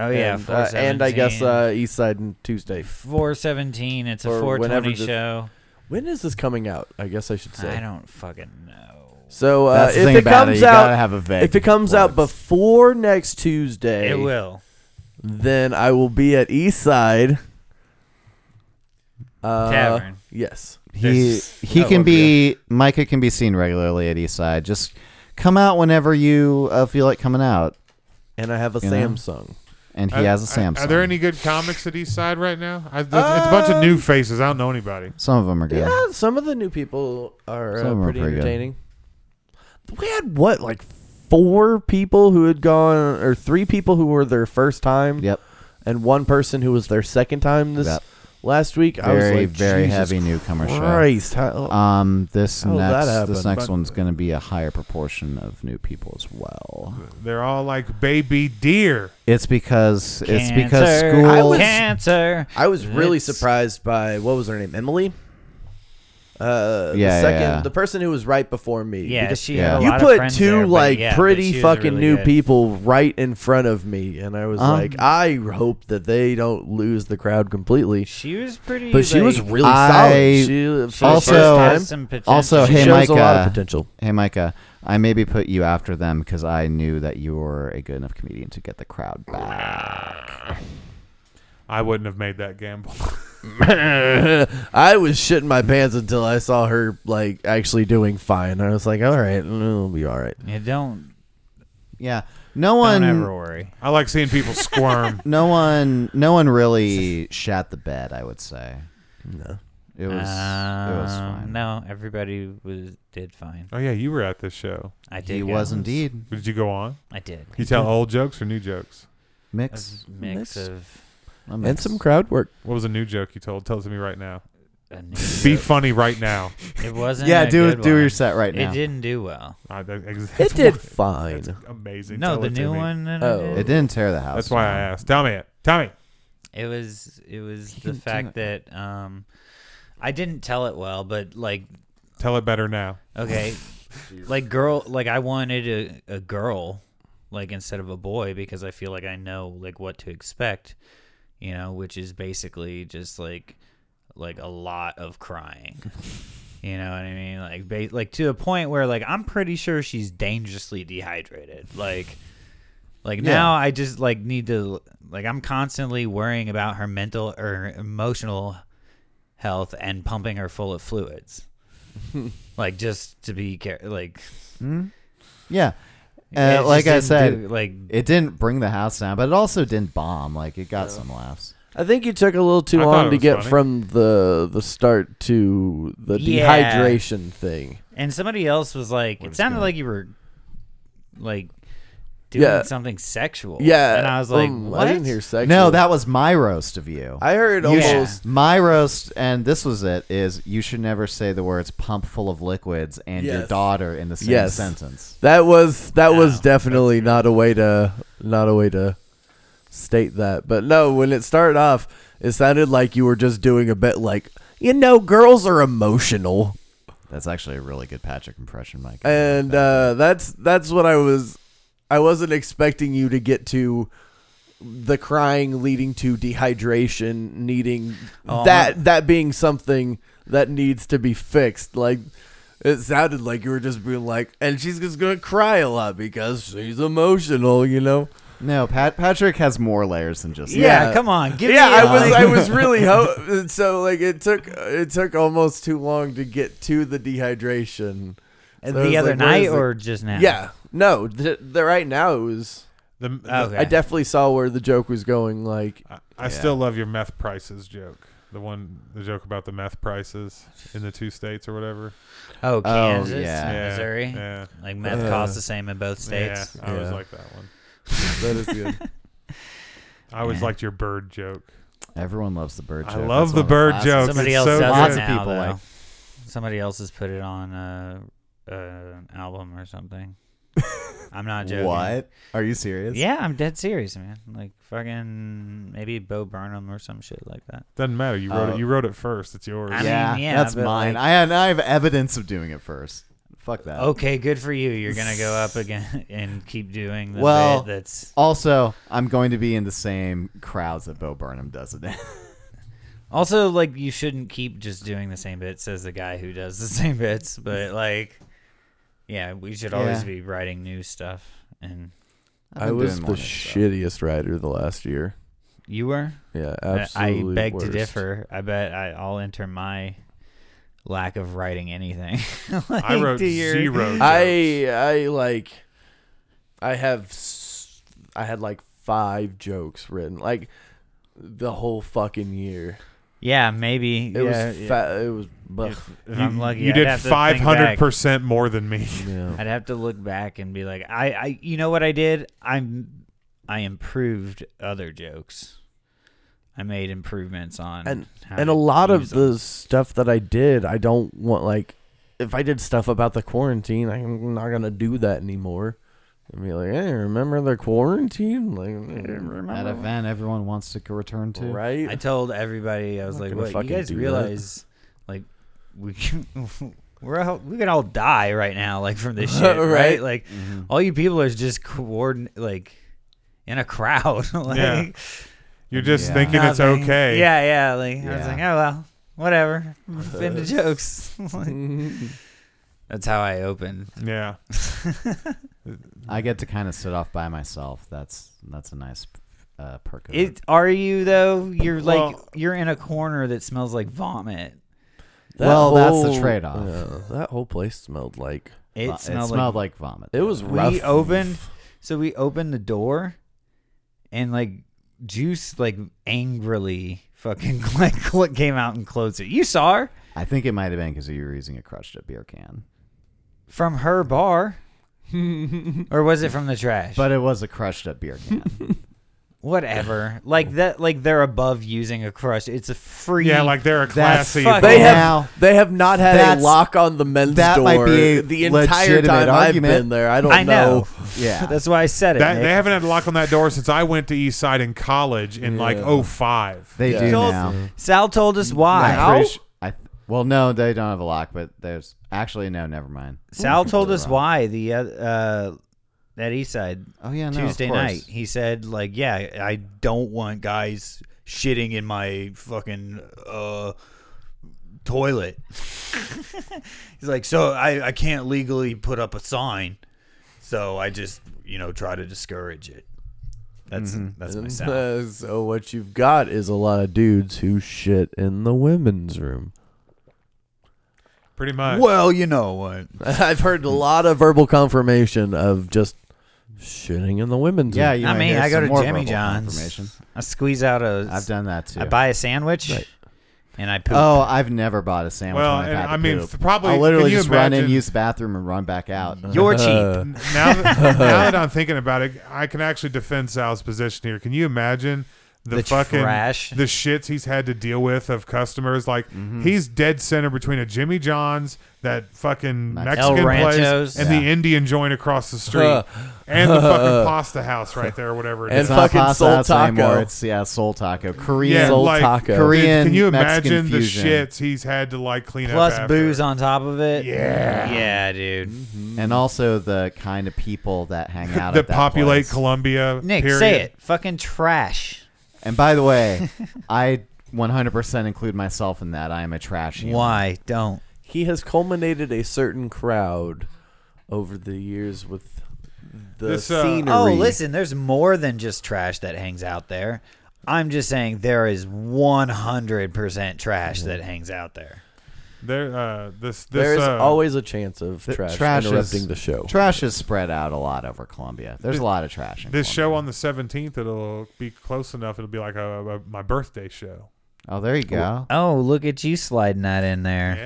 [SPEAKER 2] oh yeah,
[SPEAKER 4] and, uh, and I guess
[SPEAKER 2] 417.
[SPEAKER 4] uh, East Side and Tuesday.
[SPEAKER 2] 417. It's a
[SPEAKER 4] Or
[SPEAKER 2] 420
[SPEAKER 4] whenever the-
[SPEAKER 2] show.
[SPEAKER 4] When is this coming out? I guess I should say.
[SPEAKER 2] I don't fucking know.
[SPEAKER 4] So uh,
[SPEAKER 1] That's the
[SPEAKER 4] if
[SPEAKER 1] thing
[SPEAKER 4] it
[SPEAKER 1] about
[SPEAKER 4] comes
[SPEAKER 1] it. You gotta
[SPEAKER 4] out,
[SPEAKER 1] have a vague
[SPEAKER 4] if it comes out
[SPEAKER 1] plug.
[SPEAKER 4] before next Tuesday,
[SPEAKER 2] It will.
[SPEAKER 4] then I will be at East Side. Uh,
[SPEAKER 2] Tavern.
[SPEAKER 4] Yes.
[SPEAKER 1] he
[SPEAKER 3] Yes.
[SPEAKER 1] he
[SPEAKER 4] That
[SPEAKER 1] can
[SPEAKER 4] would
[SPEAKER 1] be Micah can be seen regularly at Eastside. Just come out whenever you uh, feel like coming out,
[SPEAKER 4] And I have a
[SPEAKER 1] You know?
[SPEAKER 4] Samsung.
[SPEAKER 1] and he
[SPEAKER 3] Are-
[SPEAKER 1] has a
[SPEAKER 3] are-
[SPEAKER 1] Samsung.
[SPEAKER 3] Are, there any good comics at East Side right now? I, it's it's a bunch of
[SPEAKER 2] Um,
[SPEAKER 3] new faces. I don't know anybody.
[SPEAKER 1] Some of them are good.
[SPEAKER 4] Yeah, Ah, some of the new people are
[SPEAKER 1] Some of 'em
[SPEAKER 4] uh,
[SPEAKER 1] are
[SPEAKER 4] pretty
[SPEAKER 1] pretty good.
[SPEAKER 4] entertaining. We had what, like four people who had gone, or three people who were their first time,
[SPEAKER 1] Yep.
[SPEAKER 4] and one person who was their second time this
[SPEAKER 1] Yep.
[SPEAKER 4] last week. I was
[SPEAKER 1] Very,
[SPEAKER 4] like,
[SPEAKER 1] very
[SPEAKER 4] Jesus
[SPEAKER 1] heavy newcomer
[SPEAKER 4] Christ, how-
[SPEAKER 1] show. Um, this
[SPEAKER 4] How did that
[SPEAKER 1] next
[SPEAKER 4] happen?
[SPEAKER 1] this next
[SPEAKER 4] But-
[SPEAKER 1] one's going to be a higher proportion of new people as well.
[SPEAKER 3] They're all like baby deer.
[SPEAKER 1] It's because it's
[SPEAKER 2] Cancer.
[SPEAKER 1] because
[SPEAKER 4] I
[SPEAKER 1] school.
[SPEAKER 4] was-
[SPEAKER 2] cancer.
[SPEAKER 4] I was really
[SPEAKER 2] It's-
[SPEAKER 4] surprised by what was her name, Emily. Uh,
[SPEAKER 1] Yeah, yeah,
[SPEAKER 4] the second,
[SPEAKER 1] yeah.
[SPEAKER 4] the person who was right before me.
[SPEAKER 2] Yeah,
[SPEAKER 4] because
[SPEAKER 2] she
[SPEAKER 1] Yeah.
[SPEAKER 2] had a
[SPEAKER 4] you
[SPEAKER 2] lot of
[SPEAKER 4] put
[SPEAKER 2] friends
[SPEAKER 4] two
[SPEAKER 2] there, but
[SPEAKER 4] like
[SPEAKER 2] yeah, but she
[SPEAKER 4] pretty
[SPEAKER 2] was
[SPEAKER 4] fucking
[SPEAKER 2] really
[SPEAKER 4] new
[SPEAKER 2] good.
[SPEAKER 4] people right in front of me, and I was
[SPEAKER 1] Um,
[SPEAKER 4] like, I hope that they don't lose the crowd completely.
[SPEAKER 2] She was pretty.
[SPEAKER 4] But she was
[SPEAKER 2] like,
[SPEAKER 4] really solid.
[SPEAKER 1] I-
[SPEAKER 4] She,
[SPEAKER 2] she
[SPEAKER 4] for the
[SPEAKER 1] Also-
[SPEAKER 2] just
[SPEAKER 4] first
[SPEAKER 2] has
[SPEAKER 4] time,
[SPEAKER 2] some potential.
[SPEAKER 1] also,
[SPEAKER 4] she
[SPEAKER 1] hey
[SPEAKER 4] shows
[SPEAKER 1] Micah,
[SPEAKER 4] a lot of potential.
[SPEAKER 1] hey Micah, I maybe put you after them because I knew that you were a good enough comedian to get the crowd back.
[SPEAKER 3] I wouldn't have made that gamble.
[SPEAKER 4] I was shitting my pants until I saw her like actually doing fine. I was like, all right, mm, it'll be all right.
[SPEAKER 2] Yeah, don't
[SPEAKER 1] Yeah, no
[SPEAKER 2] don't
[SPEAKER 1] one
[SPEAKER 2] ever worry.
[SPEAKER 3] I like seeing people squirm.
[SPEAKER 1] no one no one really shat the bed i would say
[SPEAKER 4] No.
[SPEAKER 1] it was it was
[SPEAKER 2] Um,
[SPEAKER 1] fine
[SPEAKER 2] No, everybody was did fine.
[SPEAKER 3] Oh yeah, you were at this show.
[SPEAKER 2] I did.
[SPEAKER 1] he
[SPEAKER 2] go.
[SPEAKER 1] was indeed
[SPEAKER 3] Did you go on?
[SPEAKER 2] I did.
[SPEAKER 3] You tell old jokes or new jokes?
[SPEAKER 2] A
[SPEAKER 1] mix
[SPEAKER 2] mix
[SPEAKER 4] Mixed.
[SPEAKER 2] of
[SPEAKER 1] a
[SPEAKER 4] And
[SPEAKER 1] mix.
[SPEAKER 4] some crowd work.
[SPEAKER 3] What was a new joke you told? Tell it to me right now.
[SPEAKER 2] a new
[SPEAKER 3] Be
[SPEAKER 2] joke.
[SPEAKER 3] funny right now.
[SPEAKER 2] It wasn't.
[SPEAKER 1] yeah
[SPEAKER 2] a
[SPEAKER 1] do
[SPEAKER 2] good
[SPEAKER 1] do
[SPEAKER 2] one.
[SPEAKER 1] your set right
[SPEAKER 2] It
[SPEAKER 1] now
[SPEAKER 2] didn't do well.
[SPEAKER 3] I, that-
[SPEAKER 4] It
[SPEAKER 3] that's
[SPEAKER 4] did
[SPEAKER 3] why-
[SPEAKER 4] fine.
[SPEAKER 3] that's amazing.
[SPEAKER 2] No,
[SPEAKER 3] Tell
[SPEAKER 2] the
[SPEAKER 3] it to
[SPEAKER 2] new
[SPEAKER 3] me.
[SPEAKER 2] one. that
[SPEAKER 4] Oh.
[SPEAKER 2] I
[SPEAKER 1] it
[SPEAKER 2] did,
[SPEAKER 1] didn't tear the house
[SPEAKER 3] That's why I
[SPEAKER 1] down.
[SPEAKER 3] asked. Tell me it. Tell me.
[SPEAKER 2] It was. It was
[SPEAKER 1] He
[SPEAKER 2] the
[SPEAKER 1] didn't do
[SPEAKER 2] fact that um, I didn't tell it well, but like
[SPEAKER 3] Tell it better now.
[SPEAKER 2] okay, like girl, like I wanted a, a girl, like instead of a boy, because I feel like I know like what to expect, you know, which is basically just like like a lot of crying. You know what I mean? Like, ba- like to a point where, like, I'm pretty sure she's dangerously dehydrated. Like, like now I just like need to like I'm constantly worrying about her mental or emotional health and pumping her full of fluids. like just to be care, like
[SPEAKER 1] Hmm? yeah
[SPEAKER 2] it
[SPEAKER 1] uh,
[SPEAKER 2] just
[SPEAKER 1] like i
[SPEAKER 2] didn't
[SPEAKER 1] said
[SPEAKER 2] do- like
[SPEAKER 1] it didn't bring the house down but it also didn't bomb like it got some laughs
[SPEAKER 4] I think you took a little too
[SPEAKER 3] I thought it
[SPEAKER 4] long to
[SPEAKER 3] was
[SPEAKER 4] get
[SPEAKER 3] funny.
[SPEAKER 4] from the the start to the
[SPEAKER 2] Yeah.
[SPEAKER 4] dehydration thing.
[SPEAKER 2] and somebody else was like it sounded like you were like doing
[SPEAKER 4] Yeah.
[SPEAKER 2] something sexual.
[SPEAKER 4] Yeah,
[SPEAKER 2] and I was like,
[SPEAKER 4] um,
[SPEAKER 2] what?
[SPEAKER 4] I didn't hear sexual.
[SPEAKER 1] no that was my roast of you
[SPEAKER 4] I heard
[SPEAKER 1] You
[SPEAKER 4] almost.
[SPEAKER 1] should-
[SPEAKER 2] Yeah.
[SPEAKER 1] my roast, and this was it, is you should never say the words pump full of liquids and your
[SPEAKER 4] Yes.
[SPEAKER 1] daughter in the same
[SPEAKER 4] Yes.
[SPEAKER 1] sentence.
[SPEAKER 4] That was that
[SPEAKER 2] No,
[SPEAKER 4] was definitely not a way to not a way to state that. But no, when it started off, it sounded like you were just doing a bit like you know, girls are emotional,
[SPEAKER 1] That's actually a really good Patrick impression, Mike.
[SPEAKER 4] and uh, that's that's what I was. I wasn't expecting you to get to the crying leading to dehydration, needing
[SPEAKER 2] Oh,
[SPEAKER 4] that
[SPEAKER 2] I'm-
[SPEAKER 4] that being something that needs to be fixed, like. It sounded like you were just being like, and she's just gonna cry a lot because she's emotional, you know.
[SPEAKER 1] no, Pat Patrick has more layers than just
[SPEAKER 2] yeah,
[SPEAKER 4] yeah.
[SPEAKER 2] come on, give
[SPEAKER 4] yeah,
[SPEAKER 2] me.
[SPEAKER 4] I
[SPEAKER 2] a,
[SPEAKER 4] was,
[SPEAKER 2] like-
[SPEAKER 4] I was really ho- so like it took it took almost too long to get to the dehydration. So I was
[SPEAKER 2] the other
[SPEAKER 4] like, where
[SPEAKER 2] night
[SPEAKER 4] is it?
[SPEAKER 2] or just now?
[SPEAKER 4] yeah, no, th- the right now it was.
[SPEAKER 3] The,
[SPEAKER 2] Okay.
[SPEAKER 4] I definitely saw where the joke was going. Like,
[SPEAKER 3] I, I still love your meth prices joke. The one, the joke about the meth prices in the two states or whatever.
[SPEAKER 2] Oh, Kansas,
[SPEAKER 1] yeah.
[SPEAKER 3] Yeah,
[SPEAKER 2] Missouri.
[SPEAKER 3] Yeah.
[SPEAKER 2] Like meth
[SPEAKER 4] Uh,
[SPEAKER 2] costs the same in both states.
[SPEAKER 3] Yeah, I always
[SPEAKER 4] Yeah.
[SPEAKER 3] like that one.
[SPEAKER 4] that is good.
[SPEAKER 3] I always
[SPEAKER 2] Yeah.
[SPEAKER 3] liked your bird joke.
[SPEAKER 1] Everyone loves the bird
[SPEAKER 3] I
[SPEAKER 1] joke.
[SPEAKER 3] love
[SPEAKER 1] That's
[SPEAKER 3] the
[SPEAKER 1] one of
[SPEAKER 3] bird
[SPEAKER 1] classics.
[SPEAKER 3] joke.
[SPEAKER 2] Somebody
[SPEAKER 3] it's
[SPEAKER 2] else
[SPEAKER 3] so
[SPEAKER 2] does
[SPEAKER 1] Lots
[SPEAKER 2] it
[SPEAKER 1] of
[SPEAKER 2] now,
[SPEAKER 1] people
[SPEAKER 2] though.
[SPEAKER 1] like-
[SPEAKER 2] Somebody else has put it on uh, uh, an album or something. I'm not joking.
[SPEAKER 1] What? Are you serious?
[SPEAKER 2] Yeah, I'm dead serious, man. Like fucking maybe Bo Burnham or some shit like that.
[SPEAKER 3] Doesn't matter. You wrote
[SPEAKER 1] Oh.
[SPEAKER 4] Uh,
[SPEAKER 3] it. You wrote it first. It's yours.
[SPEAKER 2] I mean,
[SPEAKER 1] yeah,
[SPEAKER 2] yeah,
[SPEAKER 1] that's
[SPEAKER 2] but,
[SPEAKER 1] mine.
[SPEAKER 2] like- Oh,
[SPEAKER 1] I had, I have evidence of doing it first. Fuck that.
[SPEAKER 2] Okay, good for you. You're gonna go up again and keep doing the
[SPEAKER 1] Well-
[SPEAKER 2] bit that's.
[SPEAKER 1] Also, I'm going to be in the same crowds that Bo Burnham does it. in.
[SPEAKER 2] Also, like you shouldn't keep just doing the same bits as the guy who does the same bits, but like, yeah, we should always
[SPEAKER 1] Yeah.
[SPEAKER 2] be writing new stuff. And
[SPEAKER 1] I've
[SPEAKER 4] I
[SPEAKER 1] been
[SPEAKER 4] was
[SPEAKER 1] doing
[SPEAKER 4] the
[SPEAKER 1] one of those, though.
[SPEAKER 4] shittiest writer the last year.
[SPEAKER 2] you were,
[SPEAKER 4] Yeah,
[SPEAKER 2] I-
[SPEAKER 4] absolutely.
[SPEAKER 2] I beg to
[SPEAKER 4] worst.
[SPEAKER 2] differ. I bet I, I'll enter my lack of writing anything. like,
[SPEAKER 3] I wrote
[SPEAKER 2] to your-
[SPEAKER 3] zero.
[SPEAKER 4] I I like I have s- I had like five jokes written like the whole fucking year.
[SPEAKER 2] Yeah, maybe.
[SPEAKER 4] It
[SPEAKER 2] yeah,
[SPEAKER 4] was
[SPEAKER 2] yeah.
[SPEAKER 4] fat. It was. Ugh.
[SPEAKER 2] If, if
[SPEAKER 3] You,
[SPEAKER 2] I'm lucky,
[SPEAKER 3] you
[SPEAKER 2] I'd
[SPEAKER 3] did
[SPEAKER 2] have to think back.
[SPEAKER 3] five hundred percent more than me.
[SPEAKER 4] Yeah.
[SPEAKER 2] I'd have to look back and be like, I, I, you know what I did? I'm, I improved other jokes. I made improvements on how
[SPEAKER 4] and
[SPEAKER 2] to
[SPEAKER 4] a lot of
[SPEAKER 2] use them.
[SPEAKER 4] the stuff that I did, I don't want like if I did stuff about the quarantine, I'm not gonna do that anymore. And be like, hey, remember the quarantine? Like,
[SPEAKER 1] That
[SPEAKER 4] remember
[SPEAKER 1] event everyone wants to return to.
[SPEAKER 4] right?
[SPEAKER 2] I told everybody I was like,
[SPEAKER 4] I'm not gonna
[SPEAKER 2] "What? You
[SPEAKER 4] fucking
[SPEAKER 2] guys
[SPEAKER 4] do
[SPEAKER 2] realize, like, we we're all, we could all die right now, like from this shit,
[SPEAKER 4] Right.
[SPEAKER 2] right? Like,
[SPEAKER 3] Mm-hmm.
[SPEAKER 2] all you people are just coordinate, like, in a crowd, like,
[SPEAKER 3] Yeah. You're just
[SPEAKER 1] Yeah.
[SPEAKER 3] thinking it's
[SPEAKER 2] nothing.
[SPEAKER 3] okay.
[SPEAKER 2] Yeah, yeah. Like, I was
[SPEAKER 1] Yeah.
[SPEAKER 2] like, oh well, whatever. Into jokes. Like, That's how I opened.
[SPEAKER 3] Yeah.
[SPEAKER 1] I get to kind of sit off by myself. That's that's a nice uh, perk. Of it,
[SPEAKER 2] It are you though? You're like
[SPEAKER 3] Well-
[SPEAKER 2] you're in a corner that smells like vomit.
[SPEAKER 4] That
[SPEAKER 1] Well, that's the
[SPEAKER 4] whole-
[SPEAKER 1] trade-off.
[SPEAKER 4] yeah, that whole place smelled like
[SPEAKER 2] It
[SPEAKER 1] Vo-
[SPEAKER 2] smelled, like
[SPEAKER 1] like, vomit.
[SPEAKER 4] it was
[SPEAKER 2] We
[SPEAKER 4] rough.
[SPEAKER 2] opened- So we opened the door, and like Juice like angrily fucking like what came out and closed it. You saw her
[SPEAKER 1] I think it might have been because you were using a crushed up beer can,
[SPEAKER 2] from her bar, or was it from the trash?
[SPEAKER 1] but it was a crushed up beer can.
[SPEAKER 2] whatever. Like that. Like they're above using a crush. It's a free.
[SPEAKER 3] Yeah, like they're a
[SPEAKER 1] That's
[SPEAKER 3] classy.
[SPEAKER 2] fucking-
[SPEAKER 4] They have
[SPEAKER 1] Now-
[SPEAKER 4] they have not had a
[SPEAKER 1] That's-
[SPEAKER 4] lock on the men's
[SPEAKER 1] that
[SPEAKER 4] door
[SPEAKER 1] might be a
[SPEAKER 4] the entire
[SPEAKER 1] legitimate
[SPEAKER 4] time
[SPEAKER 1] argument.
[SPEAKER 4] I've been there. I don't
[SPEAKER 2] I know.
[SPEAKER 1] yeah,
[SPEAKER 2] That's why I said it.
[SPEAKER 3] that,
[SPEAKER 2] Nick.
[SPEAKER 3] they haven't had a lock on that door since I went to East Side in college in
[SPEAKER 4] Yeah.
[SPEAKER 3] like 05.
[SPEAKER 1] they
[SPEAKER 4] Yeah.
[SPEAKER 1] do
[SPEAKER 2] Told-
[SPEAKER 1] now.
[SPEAKER 2] Sal told us why.
[SPEAKER 1] I'm pretty su- I th- well, no, they don't have a lock, but there's actually no. Never mind.
[SPEAKER 2] Sal told us
[SPEAKER 1] wrong.
[SPEAKER 2] why the uh, uh that East Side
[SPEAKER 1] Oh yeah, no, of
[SPEAKER 2] Tuesday
[SPEAKER 1] course.
[SPEAKER 2] night. He said like, yeah, I don't want guys shitting in my fucking uh toilet. He's like, so I I can't legally put up a sign, so I just you know try to discourage it. That's
[SPEAKER 1] Mm-hmm.
[SPEAKER 2] that's my sound.
[SPEAKER 4] Uh, so what you've got is a lot of dudes who shit in the women's room.
[SPEAKER 3] Pretty much.
[SPEAKER 2] well, you know what?
[SPEAKER 4] I've heard a lot of verbal confirmation of just shitting in the women's
[SPEAKER 1] Yeah,
[SPEAKER 4] room.
[SPEAKER 1] you
[SPEAKER 2] I
[SPEAKER 1] might
[SPEAKER 2] mean,
[SPEAKER 1] hear
[SPEAKER 2] I go
[SPEAKER 1] some
[SPEAKER 2] to
[SPEAKER 1] more
[SPEAKER 2] Jimmy
[SPEAKER 1] verbal
[SPEAKER 2] John's.
[SPEAKER 1] confirmation.
[SPEAKER 2] I squeeze out a.
[SPEAKER 1] I've done that too.
[SPEAKER 2] I buy a sandwich,
[SPEAKER 4] Right.
[SPEAKER 2] and I poop.
[SPEAKER 1] Oh, I've never bought a sandwich.
[SPEAKER 3] Well,
[SPEAKER 1] when I've
[SPEAKER 3] and
[SPEAKER 1] had to
[SPEAKER 3] I mean,
[SPEAKER 1] poop.
[SPEAKER 3] f- probably.
[SPEAKER 1] I'll literally
[SPEAKER 3] can you
[SPEAKER 1] just
[SPEAKER 3] imagine, Mm-hmm.
[SPEAKER 1] run in, use the bathroom, and run back out.
[SPEAKER 2] You're cheap.
[SPEAKER 4] Uh,
[SPEAKER 3] now, that, now that I'm thinking about it, I can actually defend Sal's position here. Can you imagine the,
[SPEAKER 2] The
[SPEAKER 3] fucking
[SPEAKER 2] trash.
[SPEAKER 3] the shits he's had to deal with of customers? Like he's dead center between a Jimmy John's, that fucking
[SPEAKER 1] Nice.
[SPEAKER 3] Mexican
[SPEAKER 2] El
[SPEAKER 3] place,
[SPEAKER 2] Ranchos.
[SPEAKER 3] and the
[SPEAKER 1] Yeah.
[SPEAKER 3] Indian joint across the street,
[SPEAKER 4] Uh,
[SPEAKER 3] and the fucking pasta house right there, or whatever. It
[SPEAKER 4] And
[SPEAKER 3] is.
[SPEAKER 1] It's not
[SPEAKER 4] fucking
[SPEAKER 1] pasta
[SPEAKER 4] soul
[SPEAKER 1] house anymore.
[SPEAKER 4] taco.
[SPEAKER 1] It's yeah, soul taco,
[SPEAKER 3] yeah,
[SPEAKER 1] Korean,
[SPEAKER 4] Soul
[SPEAKER 3] like,
[SPEAKER 4] taco.
[SPEAKER 3] dude,
[SPEAKER 1] Korean,
[SPEAKER 3] Can you
[SPEAKER 1] Mexican
[SPEAKER 3] imagine the
[SPEAKER 1] fusion.
[SPEAKER 3] shits he's had to like clean
[SPEAKER 2] plus
[SPEAKER 3] up? after?
[SPEAKER 2] booze on top of it. Mm-hmm.
[SPEAKER 3] Yeah.
[SPEAKER 2] yeah, dude.
[SPEAKER 1] and also the kind of people that hang out
[SPEAKER 3] that
[SPEAKER 1] at that
[SPEAKER 3] populate
[SPEAKER 1] place.
[SPEAKER 3] Colombia.
[SPEAKER 2] Nick,
[SPEAKER 3] period.
[SPEAKER 2] say it. Fucking trash.
[SPEAKER 1] And by the way, I 100% include myself in that. I am a trash human.
[SPEAKER 2] Why don't?
[SPEAKER 4] He has culminated a certain crowd over the years with the
[SPEAKER 3] This, uh,
[SPEAKER 4] scenery.
[SPEAKER 2] Oh, listen. There's more than just trash that hangs out there. I'm just saying there is 100% trash that hangs out there.
[SPEAKER 3] There, uh, this, this,
[SPEAKER 4] There is
[SPEAKER 3] uh,
[SPEAKER 4] always a chance of
[SPEAKER 1] The
[SPEAKER 4] trash,
[SPEAKER 1] trash is-
[SPEAKER 4] interrupting the show.
[SPEAKER 1] Trash is spread out a lot over Colombia. There's a lot of trash in
[SPEAKER 3] this show
[SPEAKER 1] Colombia.
[SPEAKER 3] on the 17th it'll be close enough it'll be like a, a- my birthday show
[SPEAKER 1] Oh, there you go.
[SPEAKER 2] Oh, look at you sliding that in there.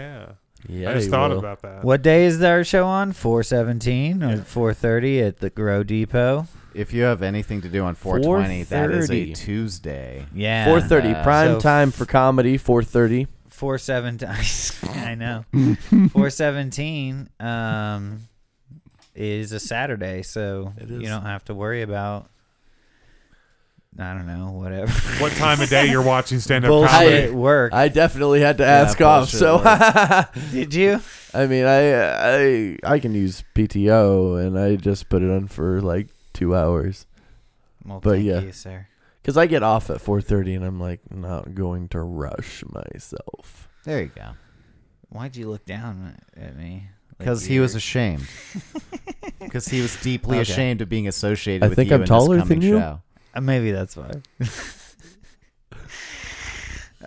[SPEAKER 3] yeah,
[SPEAKER 4] yeah,
[SPEAKER 3] i just
[SPEAKER 4] you
[SPEAKER 3] thought
[SPEAKER 4] will.
[SPEAKER 3] about that
[SPEAKER 2] What day is our show on? 417 or 430 at the Grow Depot.
[SPEAKER 1] If you have anything to do on 420, that is a
[SPEAKER 4] 4:30.
[SPEAKER 1] Tuesday.
[SPEAKER 2] Yeah.
[SPEAKER 4] 4:30
[SPEAKER 1] Uh,
[SPEAKER 4] prime
[SPEAKER 2] so-
[SPEAKER 4] time for comedy. 4:30.
[SPEAKER 2] 417 I know. 417 um is a Saturday, so
[SPEAKER 4] It
[SPEAKER 2] you
[SPEAKER 4] is.
[SPEAKER 2] don't have to worry about I don't know, whatever.
[SPEAKER 3] What time of day you're watching stand up
[SPEAKER 2] Bullshit
[SPEAKER 3] comedy
[SPEAKER 2] work.
[SPEAKER 4] I definitely had to ask off.
[SPEAKER 1] bullshit
[SPEAKER 4] So
[SPEAKER 2] Did you?
[SPEAKER 4] I mean, I I I can use PTO, and I just put it on for like two hours
[SPEAKER 2] Well,
[SPEAKER 4] But
[SPEAKER 2] thank
[SPEAKER 4] yeah.
[SPEAKER 2] you, sir.
[SPEAKER 4] because I get off at four thirty, and I'm like not going to rush myself.
[SPEAKER 1] There you go.
[SPEAKER 2] Why'd you look down at me? Like
[SPEAKER 1] Because he
[SPEAKER 2] you're-
[SPEAKER 1] was ashamed. Because he was deeply
[SPEAKER 2] Okay.
[SPEAKER 1] ashamed of being associated
[SPEAKER 4] I
[SPEAKER 1] with
[SPEAKER 4] think
[SPEAKER 1] you
[SPEAKER 4] I'm
[SPEAKER 1] in
[SPEAKER 4] taller
[SPEAKER 1] this
[SPEAKER 4] than
[SPEAKER 1] coming
[SPEAKER 4] you.
[SPEAKER 1] show.
[SPEAKER 2] Uh, Maybe that's why.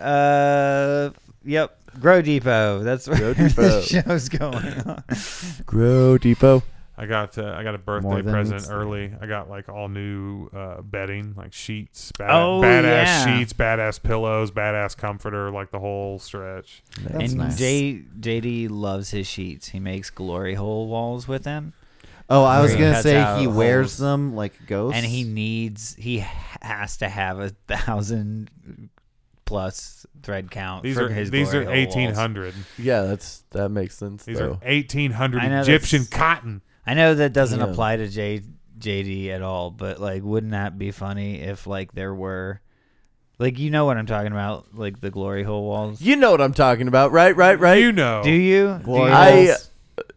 [SPEAKER 2] uh, yep. Grow Depot. That's where
[SPEAKER 4] Grow
[SPEAKER 2] the
[SPEAKER 4] Depot.
[SPEAKER 2] show's going on.
[SPEAKER 4] Grow Depot.
[SPEAKER 3] i got uh, i got a birthday
[SPEAKER 1] More than
[SPEAKER 3] present
[SPEAKER 1] meets-
[SPEAKER 3] early i got like all new uh, bedding like sheets bad,
[SPEAKER 2] Oh,
[SPEAKER 3] badass
[SPEAKER 2] yeah.
[SPEAKER 3] sheets badass pillows badass comforter like the whole stretch
[SPEAKER 1] That's
[SPEAKER 2] and
[SPEAKER 1] nice.
[SPEAKER 2] J, JD loves his sheets. He makes glory hole walls with them,
[SPEAKER 1] Oh, I was
[SPEAKER 2] Where he
[SPEAKER 1] going to
[SPEAKER 2] cuts
[SPEAKER 1] say
[SPEAKER 2] out
[SPEAKER 1] he wears
[SPEAKER 2] holes.
[SPEAKER 1] them like ghosts.
[SPEAKER 2] and he needs he has to have a thousand plus thread count
[SPEAKER 3] These
[SPEAKER 2] for
[SPEAKER 3] are
[SPEAKER 2] his
[SPEAKER 3] these
[SPEAKER 2] glory
[SPEAKER 3] are
[SPEAKER 2] hole walls.
[SPEAKER 3] eighteen hundred.
[SPEAKER 4] Yeah, that's that makes sense
[SPEAKER 3] These
[SPEAKER 4] though.
[SPEAKER 3] are eighteen hundred
[SPEAKER 2] I know
[SPEAKER 3] Egyptian
[SPEAKER 2] that's-
[SPEAKER 3] cotton.
[SPEAKER 2] I know that doesn't
[SPEAKER 4] Yeah.
[SPEAKER 2] apply to J, JD at all, but like, wouldn't that be funny if like there were, like, you know what I'm talking about, like the glory hole walls?
[SPEAKER 4] you know what I'm talking about, right? Right? Right?
[SPEAKER 3] You know.
[SPEAKER 2] Do you? Do
[SPEAKER 1] Glory
[SPEAKER 2] you
[SPEAKER 4] I-
[SPEAKER 2] guys-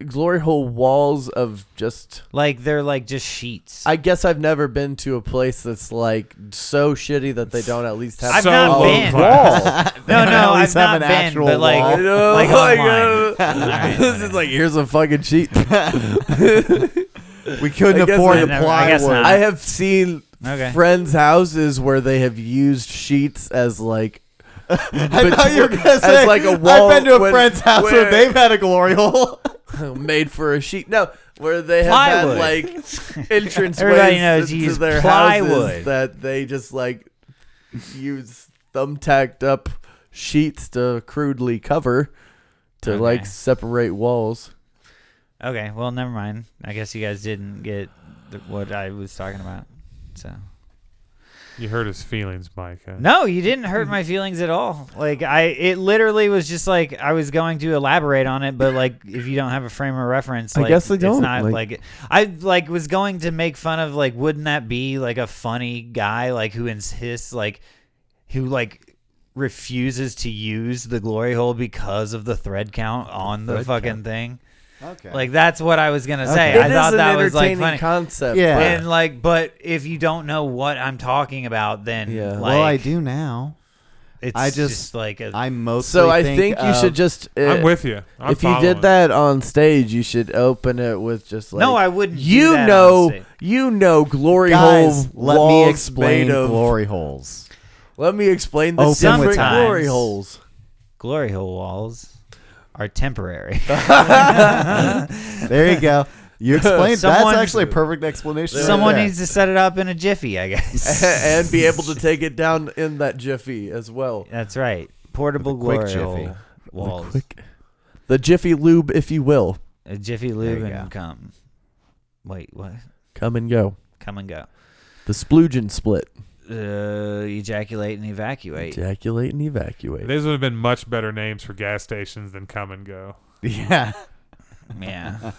[SPEAKER 4] Glory hole walls of just.
[SPEAKER 2] like they're like just sheets.
[SPEAKER 4] I guess I've never been to a place that's like so shitty that they don't at least have
[SPEAKER 2] I've
[SPEAKER 4] a
[SPEAKER 3] so
[SPEAKER 2] not
[SPEAKER 4] solid
[SPEAKER 2] been.
[SPEAKER 4] wall.
[SPEAKER 2] no, no,
[SPEAKER 1] At
[SPEAKER 2] I've
[SPEAKER 1] least
[SPEAKER 2] not
[SPEAKER 1] have an
[SPEAKER 2] been,
[SPEAKER 1] actual
[SPEAKER 2] but like,
[SPEAKER 1] wall.
[SPEAKER 4] Oh
[SPEAKER 2] like
[SPEAKER 4] my
[SPEAKER 1] uh,
[SPEAKER 2] online.
[SPEAKER 4] God.
[SPEAKER 3] uh,
[SPEAKER 2] All right,
[SPEAKER 4] this is like here's a fucking sheet.
[SPEAKER 1] We couldn't
[SPEAKER 4] I guess
[SPEAKER 1] afford
[SPEAKER 4] I
[SPEAKER 1] the
[SPEAKER 2] never- I guess
[SPEAKER 1] plywood.
[SPEAKER 2] not.
[SPEAKER 4] I have seen
[SPEAKER 2] Okay.
[SPEAKER 4] friends' houses where they have used sheets as like
[SPEAKER 1] I
[SPEAKER 4] But
[SPEAKER 1] thought you were
[SPEAKER 4] to-
[SPEAKER 1] gonna
[SPEAKER 4] as
[SPEAKER 1] say
[SPEAKER 4] like a wall
[SPEAKER 1] I've been to a
[SPEAKER 4] when-
[SPEAKER 1] friend's house where,
[SPEAKER 4] where-
[SPEAKER 1] they've had a glory hole.
[SPEAKER 4] made for a sheet. No, where they have
[SPEAKER 2] Plywood.
[SPEAKER 4] had like entrance
[SPEAKER 2] Everybody
[SPEAKER 4] ways
[SPEAKER 2] knows
[SPEAKER 4] to
[SPEAKER 2] you use
[SPEAKER 4] their
[SPEAKER 2] plywood.
[SPEAKER 4] houses that they just like use thumbtacked up sheets to crudely cover to
[SPEAKER 2] Okay.
[SPEAKER 4] like separate walls.
[SPEAKER 2] Okay, well, never mind. I guess you guys didn't get th- what I was talking about. So
[SPEAKER 3] You hurt his feelings, Mike. huh?
[SPEAKER 2] no, you didn't hurt my feelings at all. Like I, it literally was just like I was going to elaborate on it, but like if you don't have a frame of reference,
[SPEAKER 4] I
[SPEAKER 2] like,
[SPEAKER 4] guess I
[SPEAKER 2] It's
[SPEAKER 4] don't,
[SPEAKER 2] not
[SPEAKER 4] like-
[SPEAKER 2] like, I like was going to make fun of like, wouldn't that be like a funny guy like who insists like who like refuses to use the glory hole because of the thread count on the
[SPEAKER 4] Thread
[SPEAKER 2] fucking
[SPEAKER 4] count.
[SPEAKER 2] thing.
[SPEAKER 1] Okay.
[SPEAKER 2] Like that's what I was gonna say.
[SPEAKER 4] It
[SPEAKER 2] I
[SPEAKER 4] is
[SPEAKER 2] thought
[SPEAKER 4] an
[SPEAKER 2] that was like
[SPEAKER 4] entertaining
[SPEAKER 2] funny.
[SPEAKER 4] concept.
[SPEAKER 1] Yeah.
[SPEAKER 4] but-
[SPEAKER 2] And like, but if you don't know what I'm talking about, then
[SPEAKER 4] Yeah.
[SPEAKER 2] like,
[SPEAKER 1] well, I do now.
[SPEAKER 2] It's
[SPEAKER 1] I
[SPEAKER 2] just,
[SPEAKER 1] just-
[SPEAKER 2] like a
[SPEAKER 1] I mostly
[SPEAKER 4] So I think, you
[SPEAKER 1] of-
[SPEAKER 4] should just uh,
[SPEAKER 3] I'm with you. I'm
[SPEAKER 4] if you
[SPEAKER 3] following.
[SPEAKER 4] did that on stage, you should open it with just like
[SPEAKER 2] no. I wouldn't. do
[SPEAKER 4] you
[SPEAKER 2] that,
[SPEAKER 4] know
[SPEAKER 2] honestly.
[SPEAKER 4] you know glory
[SPEAKER 1] guys.
[SPEAKER 4] hole
[SPEAKER 1] Let
[SPEAKER 4] walls
[SPEAKER 1] me explain
[SPEAKER 4] made of,
[SPEAKER 1] glory holes.
[SPEAKER 4] Let me explain the
[SPEAKER 1] Open
[SPEAKER 4] different
[SPEAKER 1] with times.
[SPEAKER 4] glory holes.
[SPEAKER 2] glory hole walls are temporary.
[SPEAKER 1] There you go. You explained.
[SPEAKER 2] Someone-
[SPEAKER 1] that's actually a perfect explanation. right
[SPEAKER 2] Someone
[SPEAKER 1] there.
[SPEAKER 2] needs to set it up in a jiffy, I guess.
[SPEAKER 4] and be able to take it down in that jiffy as well.
[SPEAKER 2] That's right. Portable
[SPEAKER 1] With a
[SPEAKER 2] glory
[SPEAKER 1] quick
[SPEAKER 2] hole
[SPEAKER 1] jiffy.
[SPEAKER 2] walls.
[SPEAKER 4] The jiffy lube, if you will,
[SPEAKER 2] a jiffy
[SPEAKER 1] There
[SPEAKER 2] lube
[SPEAKER 1] you
[SPEAKER 2] and
[SPEAKER 1] go.
[SPEAKER 2] come. Wait, what?
[SPEAKER 4] come and go.
[SPEAKER 2] Come and go.
[SPEAKER 4] The sploogen split.
[SPEAKER 2] Uh, ejaculate and evacuate.
[SPEAKER 4] Ejaculate and evacuate.
[SPEAKER 3] These would have been much better names for gas stations than come and go.
[SPEAKER 1] Yeah.
[SPEAKER 2] Yeah.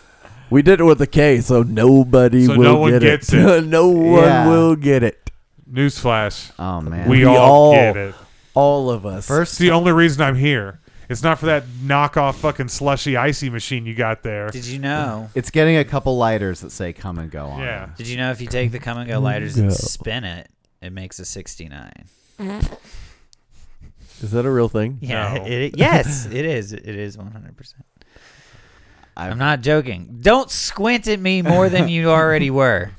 [SPEAKER 4] We did it with a K, so nobody
[SPEAKER 3] So
[SPEAKER 4] will
[SPEAKER 3] no one
[SPEAKER 4] get
[SPEAKER 3] gets it.
[SPEAKER 4] no one
[SPEAKER 1] Yeah.
[SPEAKER 4] will get it.
[SPEAKER 3] Newsflash:
[SPEAKER 1] Oh man.
[SPEAKER 3] we,
[SPEAKER 4] We
[SPEAKER 3] all,
[SPEAKER 4] all-
[SPEAKER 3] get it.
[SPEAKER 4] All of us.
[SPEAKER 3] It's
[SPEAKER 1] first.
[SPEAKER 3] the only reason I'm here. It's not for that knockoff fucking slushy icy machine you got there.
[SPEAKER 2] Did you know?
[SPEAKER 1] It's getting a couple lighters that say "come and go" on. it.
[SPEAKER 3] Yeah.
[SPEAKER 2] Did you know if you take the come and go lighters
[SPEAKER 4] Go.
[SPEAKER 2] and spin it, it makes a 69?
[SPEAKER 4] Is that a real thing?
[SPEAKER 2] Yeah,
[SPEAKER 3] No.
[SPEAKER 2] it, yes, it is. It is 100%.
[SPEAKER 1] I've-
[SPEAKER 2] I'm not joking. Don't squint at me more than you already were.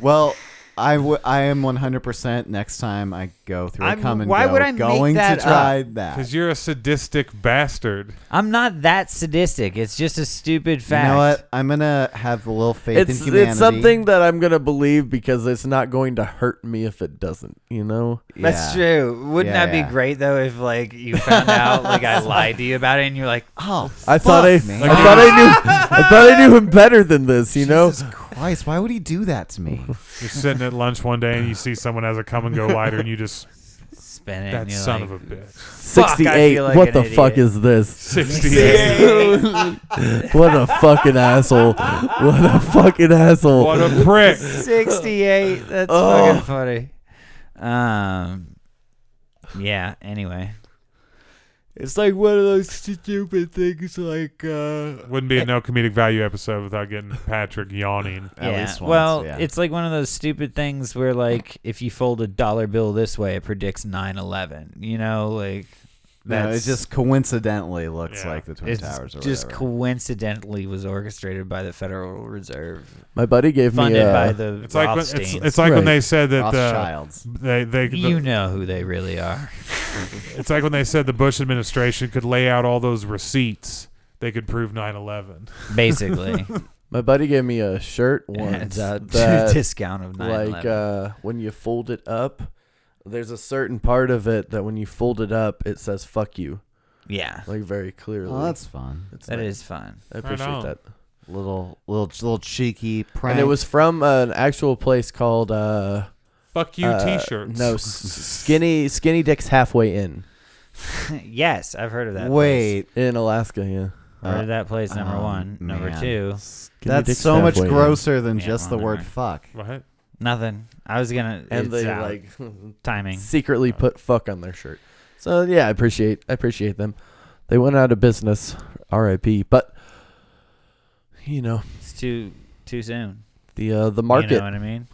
[SPEAKER 1] Well, I, w- I am 100% next time I go through a
[SPEAKER 2] I'm-
[SPEAKER 1] come and
[SPEAKER 2] why
[SPEAKER 1] go
[SPEAKER 2] would I make
[SPEAKER 1] going
[SPEAKER 2] that
[SPEAKER 1] to try that.
[SPEAKER 3] Because you're a sadistic bastard.
[SPEAKER 2] I'm not that sadistic. It's just a stupid fact.
[SPEAKER 1] You know what? I'm going to have a little faith
[SPEAKER 4] It's
[SPEAKER 1] in humanity.
[SPEAKER 4] it's something that I'm gonna believe because it's not going to hurt me if it doesn't. You know.
[SPEAKER 2] That's
[SPEAKER 1] Yeah.
[SPEAKER 2] true. Wouldn't
[SPEAKER 1] Yeah,
[SPEAKER 2] that be
[SPEAKER 1] yeah.
[SPEAKER 2] great though if like you found out like I lied to you about it and you're like,
[SPEAKER 1] Oh,
[SPEAKER 4] I thought I, I
[SPEAKER 1] fuck, man.
[SPEAKER 4] thought I knew I thought I knew him better than this. You know.
[SPEAKER 1] Jesus Christ, why would he do that to me?
[SPEAKER 3] You're sitting at lunch one day and you see someone has a come and go lighter and you just
[SPEAKER 2] spin it.
[SPEAKER 3] that
[SPEAKER 2] and you're
[SPEAKER 3] son
[SPEAKER 2] like,
[SPEAKER 3] of a bitch.
[SPEAKER 2] Fuck, I feel
[SPEAKER 4] 68.
[SPEAKER 2] like
[SPEAKER 4] what
[SPEAKER 2] an
[SPEAKER 4] the fuck
[SPEAKER 2] idiot.
[SPEAKER 4] is this?
[SPEAKER 3] Sixty-eight.
[SPEAKER 4] What a fucking asshole. What a fucking asshole.
[SPEAKER 3] what a prick.
[SPEAKER 2] 68. That's
[SPEAKER 4] Oh.
[SPEAKER 2] fucking funny. Um, yeah. Anyway,
[SPEAKER 4] it's like one of those stupid things like uh
[SPEAKER 3] Wouldn't be a no comedic value episode without getting Patrick yawning.
[SPEAKER 1] At
[SPEAKER 2] yeah.
[SPEAKER 1] least once,
[SPEAKER 2] well,
[SPEAKER 1] yeah.
[SPEAKER 2] it's like one of those stupid things where like if you fold a dollar bill this way, it predicts 9/11. You know, like
[SPEAKER 1] No, it
[SPEAKER 2] that's
[SPEAKER 1] just coincidentally looks
[SPEAKER 3] Yeah.
[SPEAKER 1] like the Twin
[SPEAKER 2] it's
[SPEAKER 1] Towers or
[SPEAKER 2] just
[SPEAKER 1] whatever.
[SPEAKER 2] coincidentally was orchestrated by the Federal Reserve,
[SPEAKER 4] My buddy gave me
[SPEAKER 2] funded by
[SPEAKER 4] uh,
[SPEAKER 2] the
[SPEAKER 3] It's like when, it's,
[SPEAKER 2] Rothsteins.
[SPEAKER 3] it's like when
[SPEAKER 4] Right.
[SPEAKER 3] they said that the
[SPEAKER 1] Rothschilds.
[SPEAKER 3] they they
[SPEAKER 2] you know who they really are.
[SPEAKER 3] It's like when they said the Bush administration could lay out all those receipts. They could prove 9/11.
[SPEAKER 2] Basically,
[SPEAKER 4] my buddy gave me a shirt once
[SPEAKER 2] it's a
[SPEAKER 4] that, that
[SPEAKER 2] discount of 9
[SPEAKER 4] like uh when you fold it up there's a certain part of it that when you fold it up it says fuck you
[SPEAKER 2] yeah,
[SPEAKER 4] like very clearly.
[SPEAKER 1] Oh, that's fun.
[SPEAKER 4] It's
[SPEAKER 2] that
[SPEAKER 4] nice.
[SPEAKER 2] is fun.
[SPEAKER 4] I
[SPEAKER 3] Right
[SPEAKER 4] appreciate
[SPEAKER 3] on.
[SPEAKER 4] that.
[SPEAKER 1] Little little little cheeky prank.
[SPEAKER 4] And it was from uh, an actual place called uh,
[SPEAKER 3] Fuck you,
[SPEAKER 4] uh,
[SPEAKER 3] t-shirts.
[SPEAKER 4] No, s- skinny skinny dicks halfway in
[SPEAKER 2] yes, I've heard of that.
[SPEAKER 1] Wait,
[SPEAKER 4] in Alaska. Yeah,
[SPEAKER 2] place. heard of that place. Number
[SPEAKER 1] Um,
[SPEAKER 2] one, number
[SPEAKER 1] man.
[SPEAKER 2] two,
[SPEAKER 4] Skinny
[SPEAKER 1] that's
[SPEAKER 4] dicks
[SPEAKER 1] so much
[SPEAKER 4] halfway in.
[SPEAKER 1] grosser than
[SPEAKER 2] Yeah,
[SPEAKER 1] just the
[SPEAKER 2] well,
[SPEAKER 1] word
[SPEAKER 2] never
[SPEAKER 1] fuck.
[SPEAKER 3] Right?
[SPEAKER 2] nothing. I was gonna
[SPEAKER 4] And
[SPEAKER 2] it's
[SPEAKER 4] they
[SPEAKER 2] out.
[SPEAKER 4] like
[SPEAKER 2] timing.
[SPEAKER 4] secretly put fuck on their shirt. So yeah, I appreciate I appreciate them. They went out of business, R.I.P. But you know
[SPEAKER 2] It's too too soon.
[SPEAKER 4] the uh, the market
[SPEAKER 2] You know what I mean?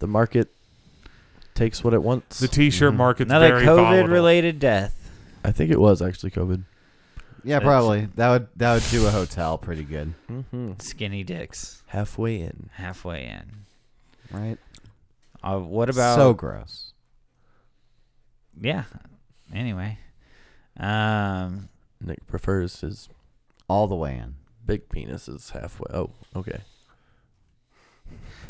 [SPEAKER 4] the market takes what it wants.
[SPEAKER 3] The t-shirt
[SPEAKER 4] Mm-hmm.
[SPEAKER 1] Mhm.
[SPEAKER 3] market's
[SPEAKER 2] Another
[SPEAKER 3] very volatile.
[SPEAKER 2] COVID-related death.
[SPEAKER 4] I think it was actually COVID.
[SPEAKER 1] Yeah,
[SPEAKER 2] It's-
[SPEAKER 1] probably. That would that would do a hotel pretty good,
[SPEAKER 4] Mm-hmm.
[SPEAKER 2] Skinny dicks
[SPEAKER 4] Halfway in.
[SPEAKER 2] halfway in.
[SPEAKER 1] right?
[SPEAKER 2] Uh, what about
[SPEAKER 1] so gross?
[SPEAKER 2] yeah? Anyway, um,
[SPEAKER 4] Nick prefers his
[SPEAKER 1] All the way in.
[SPEAKER 4] big penis is halfway. Oh, okay.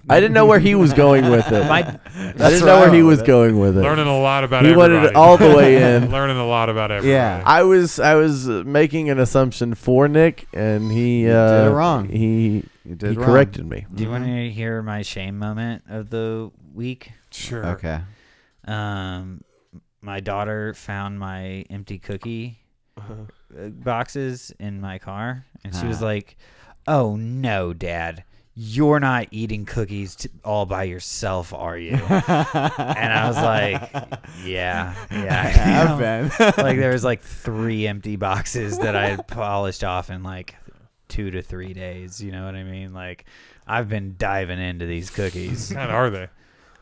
[SPEAKER 4] I didn't know where he was going with it.
[SPEAKER 2] my
[SPEAKER 4] I
[SPEAKER 1] That's
[SPEAKER 4] didn't know where he
[SPEAKER 1] wrong.
[SPEAKER 4] was going with it.
[SPEAKER 3] Learning a lot about
[SPEAKER 4] He
[SPEAKER 3] everybody.
[SPEAKER 4] wanted it all the way in.
[SPEAKER 3] Learning a lot about everybody.
[SPEAKER 1] Yeah.
[SPEAKER 4] I was I was uh, making an assumption for Nick, and he
[SPEAKER 1] You did
[SPEAKER 4] uh,
[SPEAKER 1] it wrong.
[SPEAKER 4] He
[SPEAKER 1] You did
[SPEAKER 4] he
[SPEAKER 1] wrong.
[SPEAKER 4] corrected me.
[SPEAKER 1] Mm-hmm.
[SPEAKER 2] do you want to hear my shame moment of the week?
[SPEAKER 3] Sure.
[SPEAKER 1] Okay.
[SPEAKER 2] Um, my daughter found my empty cookie
[SPEAKER 3] Uh-huh.
[SPEAKER 2] uh, boxes in my car, and she was
[SPEAKER 1] Huh.
[SPEAKER 2] like, "Oh no, Dad." You're not eating cookies t- all by yourself, are you? and I was like, yeah, yeah. I am." like there was like three empty boxes that I had polished off in like two to three days. You know what I mean? Like I've been diving into these cookies.
[SPEAKER 3] What kind are they?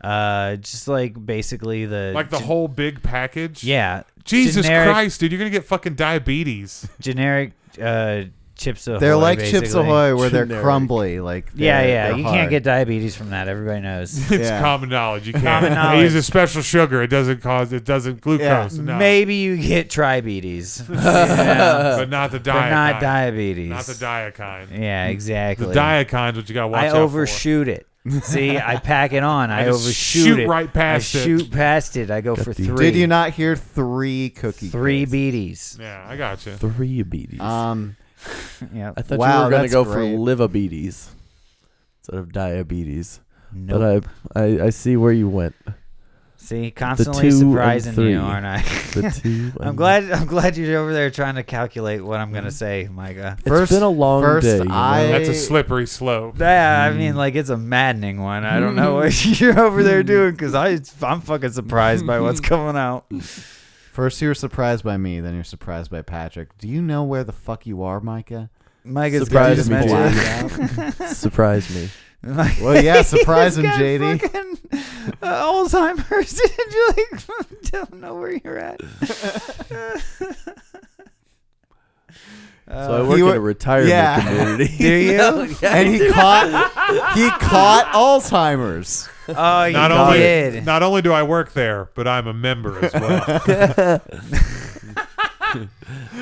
[SPEAKER 2] Uh, just like basically the
[SPEAKER 3] Like the
[SPEAKER 2] gen-
[SPEAKER 3] whole big package?
[SPEAKER 2] yeah
[SPEAKER 3] Jesus
[SPEAKER 2] generic,
[SPEAKER 3] Christ, dude, you're gonna get fucking diabetes.
[SPEAKER 2] generic uh chips ahoy.
[SPEAKER 1] They're like Chips
[SPEAKER 2] basically.
[SPEAKER 1] Ahoy, where they're
[SPEAKER 4] Generic.
[SPEAKER 1] crumbly. Like
[SPEAKER 2] Yeah,
[SPEAKER 1] they're-
[SPEAKER 2] yeah.
[SPEAKER 1] they're
[SPEAKER 2] You
[SPEAKER 1] hard.
[SPEAKER 2] can't get diabetes from that. Everybody knows.
[SPEAKER 3] It's
[SPEAKER 1] Yeah.
[SPEAKER 3] common knowledge. You can't.
[SPEAKER 2] Common
[SPEAKER 3] They use a
[SPEAKER 2] knowledge.
[SPEAKER 3] special sugar. It doesn't cause. It doesn't glucose. No.
[SPEAKER 2] Maybe you get tribetes, yeah.
[SPEAKER 3] but not the
[SPEAKER 2] but
[SPEAKER 3] diet.
[SPEAKER 2] not
[SPEAKER 3] kind.
[SPEAKER 2] diabetes.
[SPEAKER 3] Not the diet kind.
[SPEAKER 2] Yeah, exactly.
[SPEAKER 3] The diet kind's what you gotta watch
[SPEAKER 2] I
[SPEAKER 3] out
[SPEAKER 2] overshoot it. See, I pack it on.
[SPEAKER 3] for.
[SPEAKER 2] I,
[SPEAKER 3] just
[SPEAKER 2] overshoot
[SPEAKER 3] shoot
[SPEAKER 2] it.
[SPEAKER 3] right
[SPEAKER 2] I
[SPEAKER 3] past it.
[SPEAKER 2] shoot past it. I go for
[SPEAKER 4] Fifty.
[SPEAKER 2] three.
[SPEAKER 1] Did you not hear three cookie?
[SPEAKER 2] three
[SPEAKER 1] kids?
[SPEAKER 2] beaties?
[SPEAKER 3] Yeah, I got you.
[SPEAKER 4] Three beaties.
[SPEAKER 1] Um,
[SPEAKER 2] Yeah.
[SPEAKER 4] I thought you
[SPEAKER 1] wow,
[SPEAKER 4] were gonna
[SPEAKER 1] that's
[SPEAKER 4] go
[SPEAKER 1] great.
[SPEAKER 4] for livabetes instead of diabetes,
[SPEAKER 2] Nope.
[SPEAKER 4] but I, I I see where you went.
[SPEAKER 2] See, constantly
[SPEAKER 4] two and
[SPEAKER 2] surprising
[SPEAKER 4] three.
[SPEAKER 2] you, aren't I?
[SPEAKER 4] The two.
[SPEAKER 2] I'm glad. I'm glad you're over there trying to calculate what I'm gonna
[SPEAKER 1] Mm-hmm.
[SPEAKER 2] say, Micah.
[SPEAKER 4] It's
[SPEAKER 1] First-
[SPEAKER 4] been a long
[SPEAKER 1] first
[SPEAKER 4] day. you know?
[SPEAKER 1] I-
[SPEAKER 3] That's a slippery slope.
[SPEAKER 2] Yeah, I
[SPEAKER 1] Mm-hmm.
[SPEAKER 2] mean, like it's a maddening one. I don't know what you're over there doing because I, I'm fucking surprised by
[SPEAKER 1] Mm-hmm.
[SPEAKER 2] what's coming out.
[SPEAKER 1] first you were surprised by me, then you're surprised by Patrick. Do you know where the fuck you are, Micah?
[SPEAKER 2] Micah's
[SPEAKER 4] Surprise
[SPEAKER 2] just
[SPEAKER 4] me,
[SPEAKER 2] mentioned-
[SPEAKER 4] Surprise me.
[SPEAKER 2] Mike-
[SPEAKER 1] Well, yeah, surprise
[SPEAKER 2] He's
[SPEAKER 1] him,
[SPEAKER 2] got
[SPEAKER 1] JD.
[SPEAKER 2] Fucking, uh, Alzheimer's. and you like don't know where you're at.
[SPEAKER 4] So I
[SPEAKER 2] Uh,
[SPEAKER 4] work in
[SPEAKER 1] wa-
[SPEAKER 4] a retirement
[SPEAKER 1] yeah.
[SPEAKER 4] community.
[SPEAKER 2] do you?
[SPEAKER 1] and he caught he caught Alzheimer's.
[SPEAKER 2] Oh, you
[SPEAKER 3] Not only,
[SPEAKER 2] did.
[SPEAKER 3] not only do I work there, but I'm a member as well.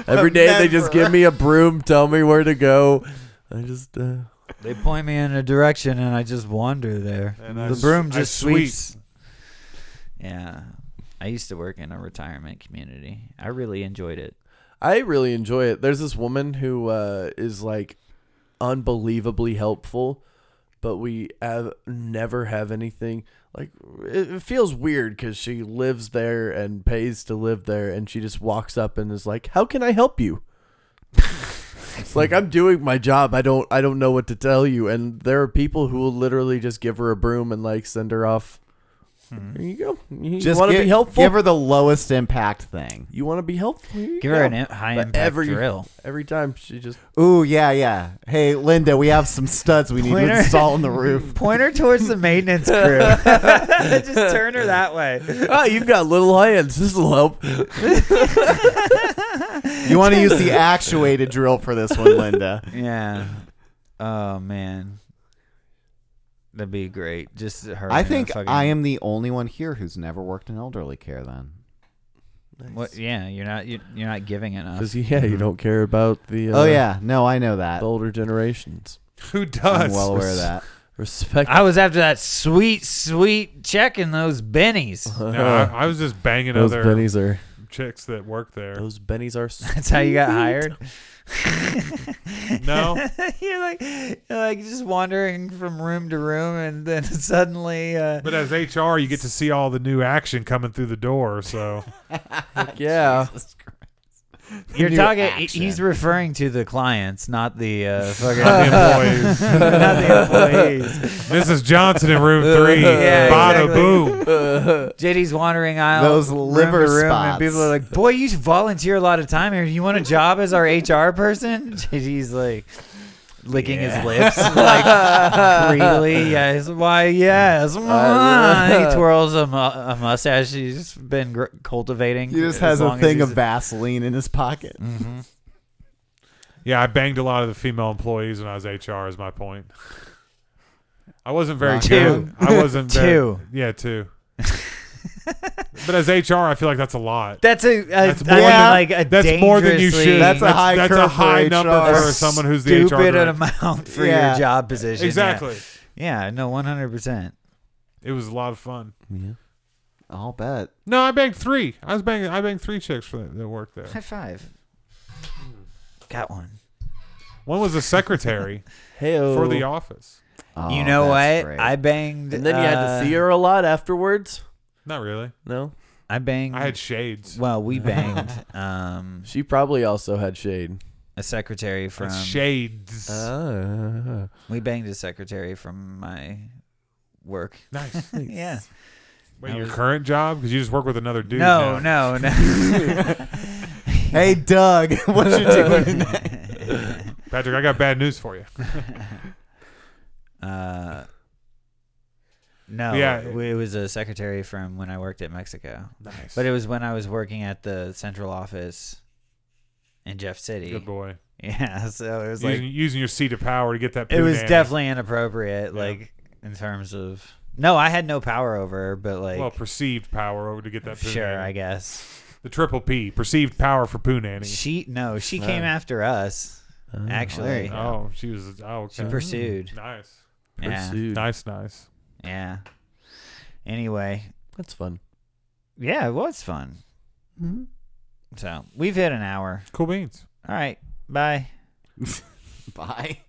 [SPEAKER 4] Every day they just
[SPEAKER 1] Remember.
[SPEAKER 4] give me a broom, tell me where to go. I just uh,
[SPEAKER 2] They point me in a direction, and I just wander there.
[SPEAKER 3] And I
[SPEAKER 2] the
[SPEAKER 3] s-
[SPEAKER 2] broom
[SPEAKER 3] I
[SPEAKER 2] just
[SPEAKER 3] sweep.
[SPEAKER 2] sweeps. Yeah, I used to work in a retirement community. I really enjoyed it.
[SPEAKER 4] I really enjoy it. There's this woman who uh, is like unbelievably helpful, but we have never have anything. Like it it feels weird because she lives there and pays to live there, and she just walks up and is like, "How can I help you?" it's like I'm doing my job. I don't. I don't know what to tell you. And there are people who will literally just give her a broom and like send her off. Here you go. You
[SPEAKER 1] Just
[SPEAKER 4] want to
[SPEAKER 1] gi-
[SPEAKER 4] be helpful.
[SPEAKER 1] Give her the lowest impact thing.
[SPEAKER 4] you want to be helpful. Here you
[SPEAKER 2] Give her an
[SPEAKER 4] go.
[SPEAKER 2] im- high
[SPEAKER 4] But
[SPEAKER 2] impact
[SPEAKER 4] every-
[SPEAKER 2] drill.
[SPEAKER 4] Every time she just
[SPEAKER 1] Ooh, yeah, yeah. Hey, Linda, we have some studs we need
[SPEAKER 2] Pointer.
[SPEAKER 1] to install on the roof.
[SPEAKER 2] Point her towards the maintenance crew. just turn her that way.
[SPEAKER 4] Oh, you've got little hands. This will help.
[SPEAKER 1] You want to use the actuated drill for this one, Linda.
[SPEAKER 2] Yeah. Oh man. That'd be great. Just her.
[SPEAKER 1] I
[SPEAKER 2] and a
[SPEAKER 1] think
[SPEAKER 2] fucking-
[SPEAKER 1] I am the only one here who's never worked in elderly care then.
[SPEAKER 2] What? Yeah, you're not. You're, you're not giving enough.
[SPEAKER 4] Because yeah, you don't care about the uh,
[SPEAKER 1] oh yeah, no, I know that.
[SPEAKER 4] the older generations.
[SPEAKER 3] Who
[SPEAKER 1] I'm
[SPEAKER 3] does?
[SPEAKER 1] well aware of that.
[SPEAKER 4] Respect.
[SPEAKER 2] I was after that sweet, sweet checking those bennies.
[SPEAKER 3] No, I, I was just banging
[SPEAKER 4] those
[SPEAKER 3] other
[SPEAKER 4] bennies are
[SPEAKER 3] chicks that work there.
[SPEAKER 4] those bennies are. s-
[SPEAKER 2] That's how you got hired.
[SPEAKER 3] No.
[SPEAKER 2] you're like you're like just wandering from room to room, and then suddenly, uh,
[SPEAKER 3] But as HR, you get to see all the new action coming through the door. So
[SPEAKER 4] yeah.
[SPEAKER 2] your
[SPEAKER 1] New
[SPEAKER 2] target. he-
[SPEAKER 1] action.
[SPEAKER 2] He's referring to the clients, not the uh, fucking
[SPEAKER 3] the employees,
[SPEAKER 2] not the employees.
[SPEAKER 3] Mrs. Johnson in room three,
[SPEAKER 2] Yeah,
[SPEAKER 3] bada
[SPEAKER 2] exactly.
[SPEAKER 3] boom.
[SPEAKER 2] JD's wandering aisle.
[SPEAKER 1] Those
[SPEAKER 2] room
[SPEAKER 1] liver
[SPEAKER 2] to room,
[SPEAKER 1] spots.
[SPEAKER 2] And people are like, "Boy, you volunteer a lot of time here. You want a job as our HR person?" JD's like licking his lips, like greedily. Yes, why? Yes.
[SPEAKER 1] Uh,
[SPEAKER 4] I-
[SPEAKER 2] he twirls a, mu- a mustache he's been gr- cultivating.
[SPEAKER 1] He just
[SPEAKER 2] as
[SPEAKER 1] has a
[SPEAKER 2] long as
[SPEAKER 1] thing
[SPEAKER 2] he's-
[SPEAKER 1] of Vaseline in his pocket.
[SPEAKER 3] Yeah, I banged a lot of the female employees when I was HR. Is my point. I wasn't very
[SPEAKER 1] Rock
[SPEAKER 3] good. I wasn't very-
[SPEAKER 2] Two.
[SPEAKER 3] yeah, two. but as HR, I feel like that's a lot.
[SPEAKER 2] That's a, a
[SPEAKER 3] That's
[SPEAKER 2] that's
[SPEAKER 3] more
[SPEAKER 1] than-
[SPEAKER 2] like a
[SPEAKER 3] That's more than you
[SPEAKER 2] dangerously
[SPEAKER 3] should.
[SPEAKER 1] That's a high
[SPEAKER 3] that's a
[SPEAKER 1] curve
[SPEAKER 3] high
[SPEAKER 1] for
[SPEAKER 3] number
[SPEAKER 1] HR.
[SPEAKER 3] for someone who's the HR.
[SPEAKER 2] stupid
[SPEAKER 3] director.
[SPEAKER 2] amount for
[SPEAKER 1] Yeah.
[SPEAKER 2] your job position. Yeah.
[SPEAKER 3] Exactly.
[SPEAKER 2] Yeah, no, one hundred percent.
[SPEAKER 3] It was a lot of fun.
[SPEAKER 1] I'll bet.
[SPEAKER 3] No, I banged three. I was banging. I banged three chicks for that, that worked there.
[SPEAKER 2] High five. Got one.
[SPEAKER 3] One was a secretary
[SPEAKER 4] Hell.
[SPEAKER 3] for the office.
[SPEAKER 1] Oh,
[SPEAKER 2] you know
[SPEAKER 1] that's
[SPEAKER 2] what?
[SPEAKER 1] great.
[SPEAKER 2] I banged.
[SPEAKER 4] and then you had
[SPEAKER 2] uh,
[SPEAKER 4] to see her a lot afterwards.
[SPEAKER 3] Not really.
[SPEAKER 4] No,
[SPEAKER 2] I banged.
[SPEAKER 3] I had shades.
[SPEAKER 2] well, we banged um,
[SPEAKER 4] she probably also had shade.
[SPEAKER 2] a secretary
[SPEAKER 3] I
[SPEAKER 2] from.
[SPEAKER 3] had shades.
[SPEAKER 4] Uh,
[SPEAKER 2] we banged a secretary from my work.
[SPEAKER 3] nice.
[SPEAKER 2] yeah.
[SPEAKER 3] Wait,
[SPEAKER 2] I
[SPEAKER 3] your
[SPEAKER 2] was-
[SPEAKER 3] current job? Because you just work with another dude.
[SPEAKER 2] no,
[SPEAKER 3] now.
[SPEAKER 2] no, no.
[SPEAKER 1] Hey, Doug, what you doing?
[SPEAKER 3] Patrick, I got bad news for you.
[SPEAKER 2] uh, no.
[SPEAKER 3] Yeah.
[SPEAKER 2] w- It was a secretary from when I worked at Mexico,
[SPEAKER 3] Nice.
[SPEAKER 2] but it was when I was working at the central office in Jeff City.
[SPEAKER 3] Good boy.
[SPEAKER 2] Yeah. So it was like
[SPEAKER 3] Using, using your seat of power to get that.
[SPEAKER 2] it was
[SPEAKER 3] poo nanny.
[SPEAKER 2] definitely inappropriate
[SPEAKER 3] Yeah.
[SPEAKER 2] like in terms of no i had no power over her but like
[SPEAKER 3] well perceived power over to get that. Poo
[SPEAKER 2] sure
[SPEAKER 3] nanny.
[SPEAKER 2] i guess
[SPEAKER 3] the triple P perceived power for poo nanny.
[SPEAKER 2] she no she came
[SPEAKER 4] Oh.
[SPEAKER 2] after us
[SPEAKER 1] there
[SPEAKER 4] Uh,
[SPEAKER 3] Mm,
[SPEAKER 2] actually
[SPEAKER 1] you go.
[SPEAKER 3] Oh, she was. Oh,
[SPEAKER 2] she
[SPEAKER 3] okay.
[SPEAKER 2] pursued
[SPEAKER 3] Nice,
[SPEAKER 2] yeah
[SPEAKER 4] Pursued.
[SPEAKER 3] nice, nice.
[SPEAKER 2] yeah anyway
[SPEAKER 4] That's fun.
[SPEAKER 2] yeah it was fun
[SPEAKER 1] Mhm.
[SPEAKER 2] so we've hit an hour
[SPEAKER 3] Cool beans.
[SPEAKER 2] all right bye
[SPEAKER 1] Bye.